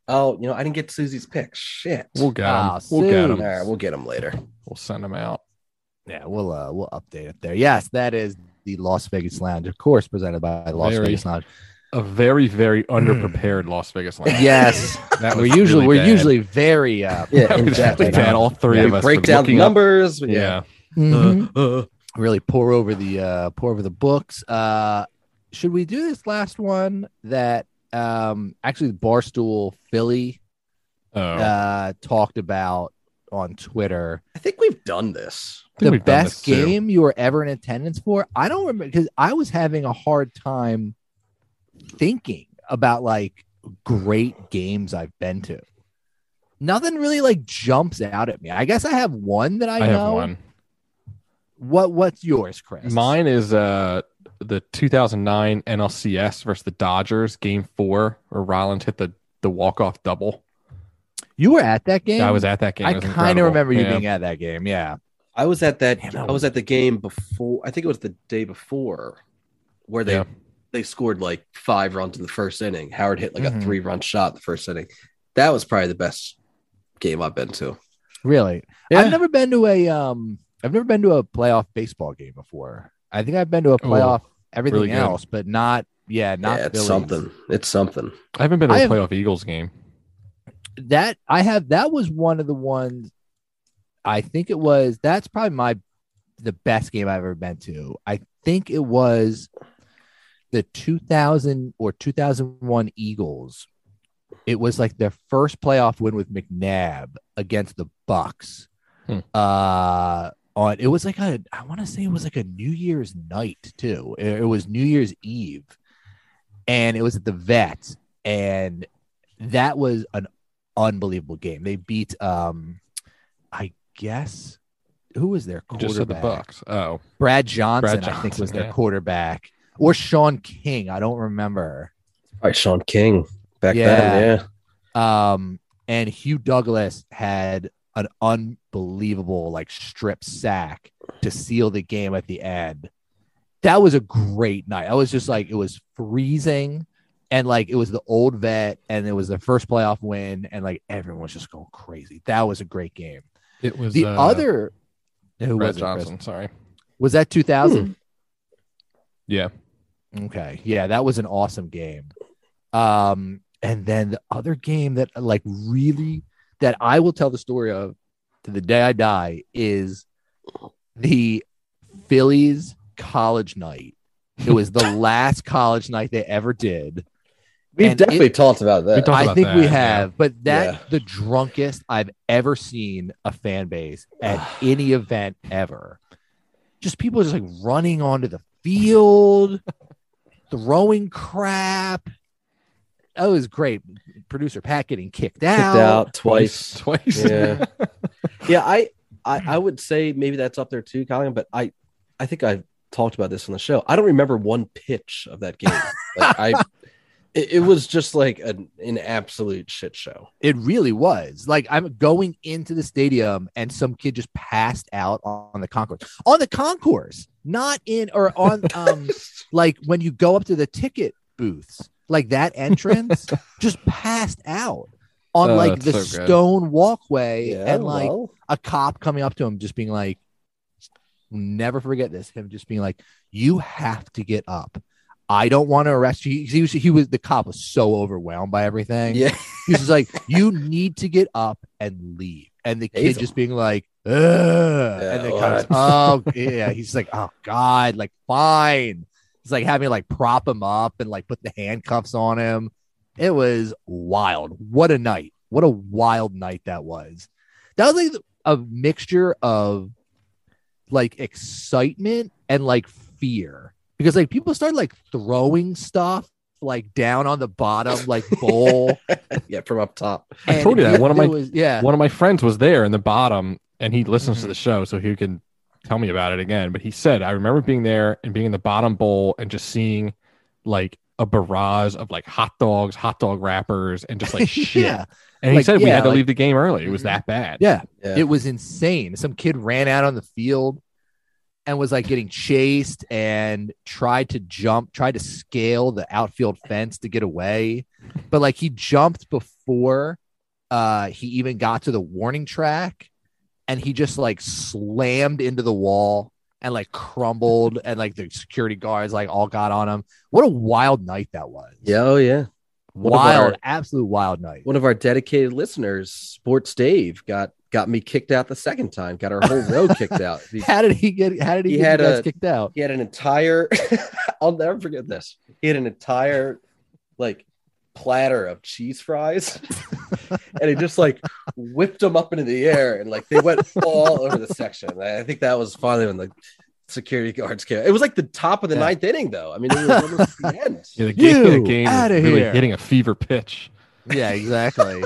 Speaker 5: Oh, you know, I didn't get Susie's pick. Shit.
Speaker 4: We'll get them.
Speaker 3: Ah,
Speaker 4: we'll get
Speaker 5: All
Speaker 4: them.
Speaker 3: soon.
Speaker 5: right, we'll get them later.
Speaker 4: We'll send them out.
Speaker 3: Yeah, we'll uh, we'll update it there. Yes, that is the Las Vegas Lounge, of course, presented by the Las
Speaker 4: Very.
Speaker 3: Vegas Lounge.
Speaker 4: A very, very underprepared Las Vegas Lions.
Speaker 3: Yes,
Speaker 4: That
Speaker 3: we're
Speaker 4: was
Speaker 3: usually
Speaker 4: really
Speaker 3: we're
Speaker 4: bad. Uh-huh.
Speaker 3: usually very uh,
Speaker 5: Yeah,
Speaker 4: That was
Speaker 5: exactly.
Speaker 4: really bad. All three
Speaker 5: We
Speaker 4: of us
Speaker 5: break
Speaker 4: were
Speaker 5: down the
Speaker 4: looking up-
Speaker 5: numbers.
Speaker 4: Yeah. Uh,
Speaker 3: mhm, really pour over the uh, pour over the books. Uh, should we do this last one that um, actually Barstool Philly
Speaker 4: Oh,
Speaker 3: uh, talked about on Twitter?
Speaker 5: I think we've done this.
Speaker 4: I think
Speaker 3: the
Speaker 4: we've done
Speaker 3: best
Speaker 4: this too.
Speaker 3: game you were ever in attendance for? I don't remember because I was having a hard time thinking about like great games I've been to. Nothing really like jumps out at me. I guess I have one that I,
Speaker 4: I
Speaker 3: know.
Speaker 4: have one.
Speaker 3: What what's yours, Chris?
Speaker 4: Mine is uh the 2009 NLCS versus the Dodgers game four, where Rollins hit the the walk off double.
Speaker 3: You were at that game.
Speaker 4: I was at that game.
Speaker 3: I kind of remember you being
Speaker 4: At-
Speaker 3: at that game. Yeah.
Speaker 5: I was at that.
Speaker 3: Damn, that
Speaker 5: I was at the game before. I think it was the day before, where they
Speaker 4: Yeah.
Speaker 5: they scored like five runs in the first inning. Howard hit like
Speaker 3: Mhm.
Speaker 5: a three run shot in the first inning. That was probably the best game I've been to.
Speaker 3: Really.
Speaker 5: Yeah.
Speaker 3: I've never been to a um I've never been to a playoff baseball game before. I think I've been to a playoff everything
Speaker 4: really good.
Speaker 3: else, but not yeah, not
Speaker 5: yeah, it's
Speaker 3: Phillies.
Speaker 5: something. It's something.
Speaker 4: I haven't been to
Speaker 3: I
Speaker 4: a
Speaker 3: have-
Speaker 4: playoff Eagles game.
Speaker 3: that I have that was one of the ones I think it was that's probably my the best game I've ever been to. I think it was the 2000 or 2001 Eagles. It was like their first playoff win with McNabb against the Bucks.
Speaker 4: Hmm.
Speaker 3: Uh on it was like a I want to say it was like a New Year's night too. It- it was New Year's Eve. And it was at the vet and that was an unbelievable game. They beat um I guess who was their
Speaker 4: You
Speaker 3: quarterback?
Speaker 4: Just said the Bucks. Oh,
Speaker 3: Brad Johnson,
Speaker 4: Brad
Speaker 3: I think was
Speaker 4: Johnson,
Speaker 3: their
Speaker 4: yeah.
Speaker 3: quarterback or Sean King, I don't remember.
Speaker 5: All right, Sean King back
Speaker 3: Yeah.
Speaker 5: then. Yeah.
Speaker 3: Um and Hugh Douglas had an unbelievable like strip sack to seal the game at the end. That was a great night. I was just like it was freezing and like it was the old vet and it was the first playoff win and like everyone was just going crazy. That was a great game.
Speaker 4: it was
Speaker 3: The
Speaker 4: uh,
Speaker 3: other who
Speaker 4: Brad
Speaker 3: was it, Chris?
Speaker 4: Johnson. Sorry.
Speaker 3: Was that 2000?
Speaker 4: Yeah.
Speaker 3: Okay. Yeah, that was an awesome game. Um and then the other game that like really that I will tell the story of to the day I die is the Phillies college night. It was the last college night they ever did.
Speaker 9: We've
Speaker 3: And
Speaker 9: definitely
Speaker 3: it-
Speaker 9: talked about that.
Speaker 4: We talked-
Speaker 3: I
Speaker 4: about
Speaker 3: think we
Speaker 4: that,
Speaker 3: have, but that
Speaker 9: Yeah.
Speaker 3: the drunkest I've ever seen a fan base at any event ever. Just people just like running onto the field, throwing crap. That was great. Producer Pat getting kicked
Speaker 5: Kicked
Speaker 3: out.
Speaker 5: out twice.
Speaker 4: twice.
Speaker 9: yeah.
Speaker 5: yeah, I, I I would say maybe that's up there too, Colin. But I I think I've talked about this on the show. I don't remember one pitch of that game. like I, it, it was just like an an absolute shit show.
Speaker 3: It really was. Like I'm going into the stadium and some kid just passed out on the concourse. On the concourse, not in or on um like when you go up to the ticket booths, like that entrance just passed out on
Speaker 4: Oh,
Speaker 3: like the
Speaker 4: that's so good.
Speaker 3: stone walkway
Speaker 9: Yeah,
Speaker 3: and like
Speaker 9: well,
Speaker 3: a cop coming up to him just being like never forget this him just being like you have to get up i don't want to arrest you he was, he was the cop was so overwhelmed by everything
Speaker 9: Yeah.
Speaker 3: he was just like you need to get up and leave and the
Speaker 9: Hates
Speaker 3: kid just being like Ugh. and the cop's, oh yeah he's like oh god like fine he's like having to like prop him up and like put the handcuffs on him it was wild what a night what a wild night that was that was like a mixture of like excitement and like fear because like people started like throwing stuff like down on the bottom like bowl
Speaker 5: Yeah, from up top.
Speaker 4: I told you
Speaker 3: And
Speaker 4: that. One of
Speaker 3: it
Speaker 4: my-
Speaker 3: was, yeah Mm-hmm.
Speaker 4: One of my friends was there in the bottom, and he listens to the show, so he can tell me about it again. But he said, I remember being there and being in the bottom bowl and just seeing like a barrage of like hot dogs, hot dog wrappers, and just like shit.
Speaker 3: yeah
Speaker 4: And he
Speaker 3: Like,
Speaker 4: said we
Speaker 3: yeah,
Speaker 4: had to
Speaker 3: like-
Speaker 4: leave the game early. It was
Speaker 3: Mhm.
Speaker 4: that bad.
Speaker 3: yeah
Speaker 9: yeah.
Speaker 3: it was insane some kid ran out on the field and was like getting chased and tried to jump tried to scale the outfield fence to get away but like he jumped before uh he even got to the warning track and he just like slammed into the wall and like crumbled and like the security guards like all got on him what a wild night that was
Speaker 5: Yeah, oh yeah. One of our-
Speaker 3: wild absolute wild night
Speaker 5: one of our dedicated listeners, Sports Dave, got got me kicked out the second time. Got our whole row kicked out. He,
Speaker 3: how did he get how did he,
Speaker 5: He
Speaker 3: get
Speaker 5: had
Speaker 3: you guys
Speaker 5: a-
Speaker 3: kicked out
Speaker 5: he had an entire. I'll never forget this. He had an entire, like, platter of cheese fries, and he just like whipped them up into the air, and like they went all over the section. I I think that was finally when the security guards came. It was like the top of the
Speaker 3: Yeah.
Speaker 5: ninth inning, though. I mean, it was almost the end.
Speaker 4: Yeah, the game,
Speaker 3: You
Speaker 4: the game was
Speaker 3: outta
Speaker 4: really
Speaker 3: here.
Speaker 4: hitting a fever pitch.
Speaker 3: Yeah, exactly.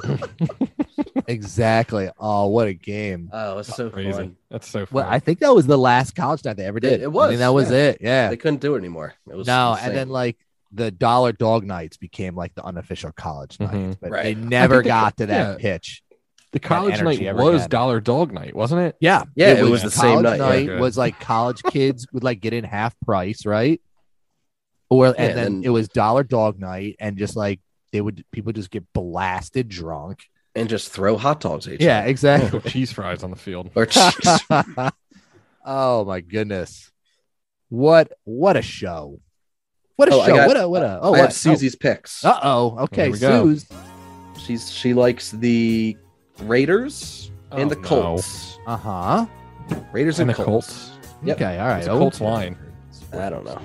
Speaker 3: exactly. Oh, what a game.
Speaker 5: Oh, it was so
Speaker 4: Crazy.
Speaker 5: fun.
Speaker 4: That's so
Speaker 3: Well,
Speaker 4: funny.
Speaker 3: I think that was the last college night they ever did.
Speaker 5: It- it
Speaker 3: I
Speaker 5: was,
Speaker 3: think that was
Speaker 5: yeah.
Speaker 3: it. Yeah.
Speaker 5: They couldn't do it anymore. It was
Speaker 3: no,
Speaker 5: insane.
Speaker 3: and then like the dollar dog nights became like the unofficial college
Speaker 4: Mhm.
Speaker 3: nights, but
Speaker 5: Right.
Speaker 3: they never
Speaker 4: think they-
Speaker 3: got to that
Speaker 4: yeah.
Speaker 3: pitch.
Speaker 4: the college
Speaker 3: energy
Speaker 4: night
Speaker 3: ever
Speaker 4: was
Speaker 3: had.
Speaker 4: Dollar Dog Night, wasn't it?
Speaker 3: Yeah,
Speaker 5: Yeah, it was the same
Speaker 3: college
Speaker 5: night, yeah.
Speaker 4: Good.
Speaker 3: was like college kids would like get in half price, right? Or and
Speaker 5: Yeah,
Speaker 3: then
Speaker 5: then-
Speaker 3: it was dollar dog night, and just like they would people just get blasted drunk.
Speaker 5: and just throw hot dogs at each
Speaker 3: Yeah,
Speaker 5: other.
Speaker 3: exactly.
Speaker 4: With cheese fries on the field.
Speaker 5: Or cheese.
Speaker 3: oh my goodness. What what a show. What a
Speaker 5: Oh, I
Speaker 3: show.
Speaker 5: got-
Speaker 3: what a what a oh
Speaker 5: I
Speaker 3: what,
Speaker 5: have Susie's picks.
Speaker 3: Uh oh. Okay,
Speaker 4: Here we go.
Speaker 3: Suze.
Speaker 5: She's she likes the Raiders and the
Speaker 4: Oh, no.
Speaker 5: Colts.
Speaker 3: Uh-huh.
Speaker 5: Raiders and,
Speaker 4: And the
Speaker 5: Colts.
Speaker 4: Colts.
Speaker 5: Yep.
Speaker 3: Okay, all right.
Speaker 4: It's a
Speaker 3: Oh,
Speaker 4: Colts line.
Speaker 5: I don't know.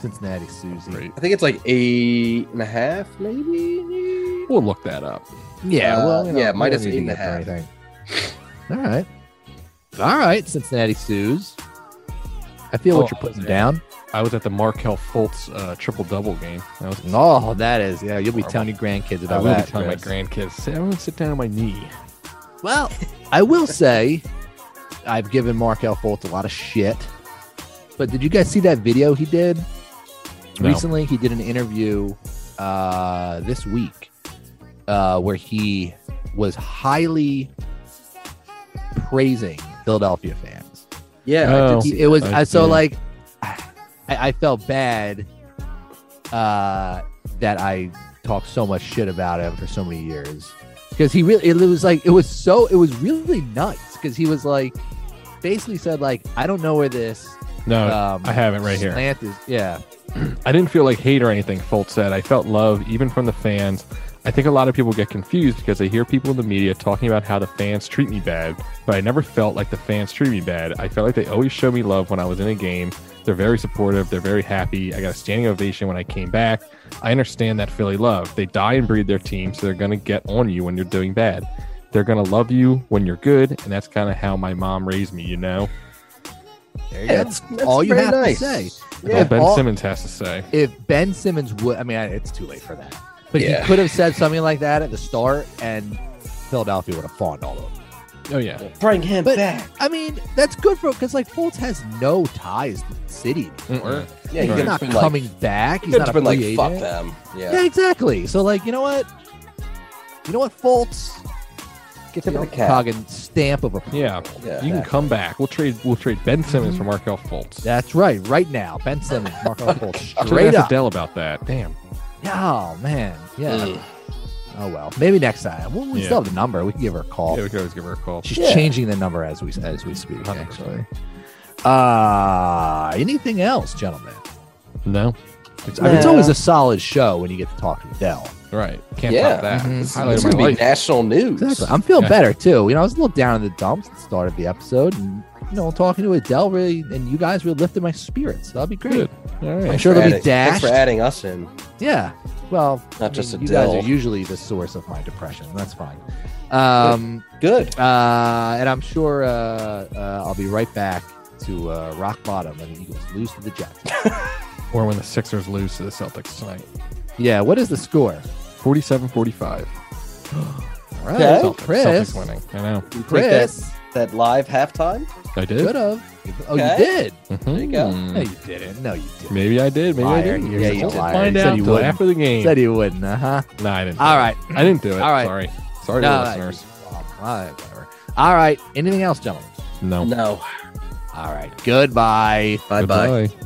Speaker 3: Cincinnati Susie.
Speaker 4: Great.
Speaker 5: I think it's like eight and a half, maybe.
Speaker 4: We'll look that up.
Speaker 3: Yeah,
Speaker 5: Uh,
Speaker 3: well, you know,
Speaker 5: yeah,
Speaker 3: we
Speaker 5: minus
Speaker 3: don't need to
Speaker 5: eight and
Speaker 3: get
Speaker 5: a
Speaker 3: to anything. all right. All right, Cincinnati Suze. I feel
Speaker 4: Oh,
Speaker 3: what you're putting down.
Speaker 4: I was at the Markel Fultz uh, triple double game. That was
Speaker 3: Oh, that is. Yeah, you'll be
Speaker 4: Horrible.
Speaker 3: telling your grandkids
Speaker 4: I
Speaker 3: about
Speaker 4: will be
Speaker 3: that.
Speaker 4: telling my
Speaker 3: Chris.
Speaker 4: grandkids, sit, everyone sit down on my knee.
Speaker 3: Well, I will say I've given Markel Fultz a lot of shit. But did you guys see that video he did?
Speaker 4: No.
Speaker 3: Recently, he did an interview uh, this week uh, where he was highly praising Philadelphia fans.
Speaker 5: Yeah, I
Speaker 4: Oh.
Speaker 5: did see
Speaker 3: It was
Speaker 4: I
Speaker 3: I, so
Speaker 4: see.
Speaker 3: like I, I felt bad uh, that I talked so much shit about him for so many years because he really it was like it was so it was really nice because he was like basically said like I don't know where this
Speaker 4: No,
Speaker 3: um,
Speaker 4: Oh, I have it right here.
Speaker 3: slant is yeah
Speaker 4: I didn't feel like hate or anything, Fultz said. I felt love even from the fans. I think a lot of people get confused because they hear people in the media talking about how the fans treat me bad, but I never felt like the fans treat me bad. I felt like they always showed me love when I was in a game. They're very supportive. They're very happy. I got a standing ovation when I came back. I understand that Philly love. They die and breed their team, so they're going to get on you when you're doing bad. They're going to love you when you're good, and that's kind of how my mom raised me, you know?
Speaker 5: There you go.
Speaker 3: That's, all you
Speaker 5: very
Speaker 3: have
Speaker 5: nice.
Speaker 3: to say.
Speaker 4: That's all
Speaker 3: If
Speaker 4: Ben
Speaker 3: all-
Speaker 4: Simmons has to say.
Speaker 3: If Ben Simmons would, I mean, I- it's too late for that. But
Speaker 5: Yeah.
Speaker 3: he could have said something like that at the start, and Philadelphia would have fawned all over. him.
Speaker 4: Oh, yeah.
Speaker 5: Bring him
Speaker 3: But
Speaker 5: back.
Speaker 3: I mean, that's good for because like Fultz has no ties to the city.
Speaker 4: Mm-mm.
Speaker 5: Yeah,
Speaker 4: He's
Speaker 5: he
Speaker 3: He's
Speaker 5: could
Speaker 3: not
Speaker 5: have been
Speaker 3: coming back.
Speaker 5: like, he
Speaker 3: He's
Speaker 5: could
Speaker 3: not
Speaker 5: have
Speaker 3: a
Speaker 5: been like,
Speaker 3: free
Speaker 5: fuck
Speaker 3: agent.
Speaker 5: them. Yeah.
Speaker 3: Yeah, exactly. So like, you know what? You know what, Fultz? Get
Speaker 5: Tip of
Speaker 3: the
Speaker 5: the cap.
Speaker 3: Coggin stamp of a.
Speaker 4: Yeah.
Speaker 5: Yeah.
Speaker 4: You can come back. We'll trade We'll trade Ben Simmons for Markel Fultz.
Speaker 3: That's right. Right now, Ben Simmons, Marco Fultz,
Speaker 4: Talk to
Speaker 3: straight up.
Speaker 4: Adele about that. Damn.
Speaker 3: Oh man, yeah.
Speaker 5: Mm.
Speaker 3: Oh well, maybe next time. Well, we
Speaker 4: Yeah.
Speaker 3: still have the number. We can give her a call.
Speaker 4: Yeah, we could always give her a call.
Speaker 3: She's
Speaker 5: Yeah.
Speaker 3: changing the number as we as we speak.
Speaker 4: 100%.
Speaker 3: Actually. Uh anything else, gentlemen? I
Speaker 4: No.
Speaker 3: mean, it's
Speaker 5: Nah.
Speaker 3: always a solid show when you get to talk to Adele.
Speaker 4: Right. Can't
Speaker 5: Yeah.
Speaker 4: top that.
Speaker 3: Mhm.
Speaker 4: It's
Speaker 5: It's
Speaker 4: Highlight
Speaker 5: gonna
Speaker 4: of
Speaker 5: be
Speaker 4: my life.
Speaker 5: national news.
Speaker 3: Exactly. I'm feeling
Speaker 4: Yeah.
Speaker 3: better too. You know, I was a little down in the dumps at the start of the episode, and you know, talking to Adele really and you guys really lifted my spirits. That'll be great.
Speaker 4: Good. All
Speaker 3: I'm
Speaker 4: right.
Speaker 3: sure there'll
Speaker 5: Thanks
Speaker 3: be
Speaker 5: for adding-
Speaker 3: dashed.
Speaker 5: Thanks for adding us in.
Speaker 3: Yeah. Well,
Speaker 5: Not just
Speaker 3: you guys
Speaker 5: Adele.
Speaker 3: are usually the source of my depression. That's fine. Um,
Speaker 5: Good.
Speaker 3: uh, and I'm sure uh, uh, I'll be right back to uh, rock bottom and the Eagles lose to the Jets.
Speaker 4: Or when the Sixers lose to the Celtics tonight.
Speaker 3: yeah. What is the score?
Speaker 4: 47 45.
Speaker 3: All right,
Speaker 5: Okay.
Speaker 3: so
Speaker 4: Celtics,
Speaker 3: Chris.
Speaker 4: Celtics winning. I know.
Speaker 5: You take that,
Speaker 3: Chris
Speaker 5: that live halftime.
Speaker 4: I did.
Speaker 3: could have. Oh,
Speaker 5: Okay.
Speaker 3: you did.
Speaker 4: There
Speaker 5: you go.
Speaker 3: No,
Speaker 4: Hmm.
Speaker 3: you didn't. No, you didn't.
Speaker 4: Maybe I did. Maybe
Speaker 3: Liar.
Speaker 4: I didn't.
Speaker 3: Yeah, you
Speaker 4: We'll
Speaker 3: liar.
Speaker 4: Find
Speaker 3: You said
Speaker 4: out
Speaker 3: you
Speaker 4: till
Speaker 3: wouldn't.
Speaker 4: after the game.
Speaker 3: Said you wouldn't. Uh huh.
Speaker 4: no, I didn't. do
Speaker 3: All
Speaker 4: it.
Speaker 3: right.
Speaker 4: I didn't do it.
Speaker 3: All right.
Speaker 4: Sorry. Sorry
Speaker 3: No,
Speaker 4: to
Speaker 3: that-
Speaker 4: listeners.
Speaker 3: All right. Oh, Whatever. All right. Anything else, gentlemen?
Speaker 4: No.
Speaker 5: No.
Speaker 3: All right. Goodbye.
Speaker 5: Bye bye.
Speaker 4: Goodbye.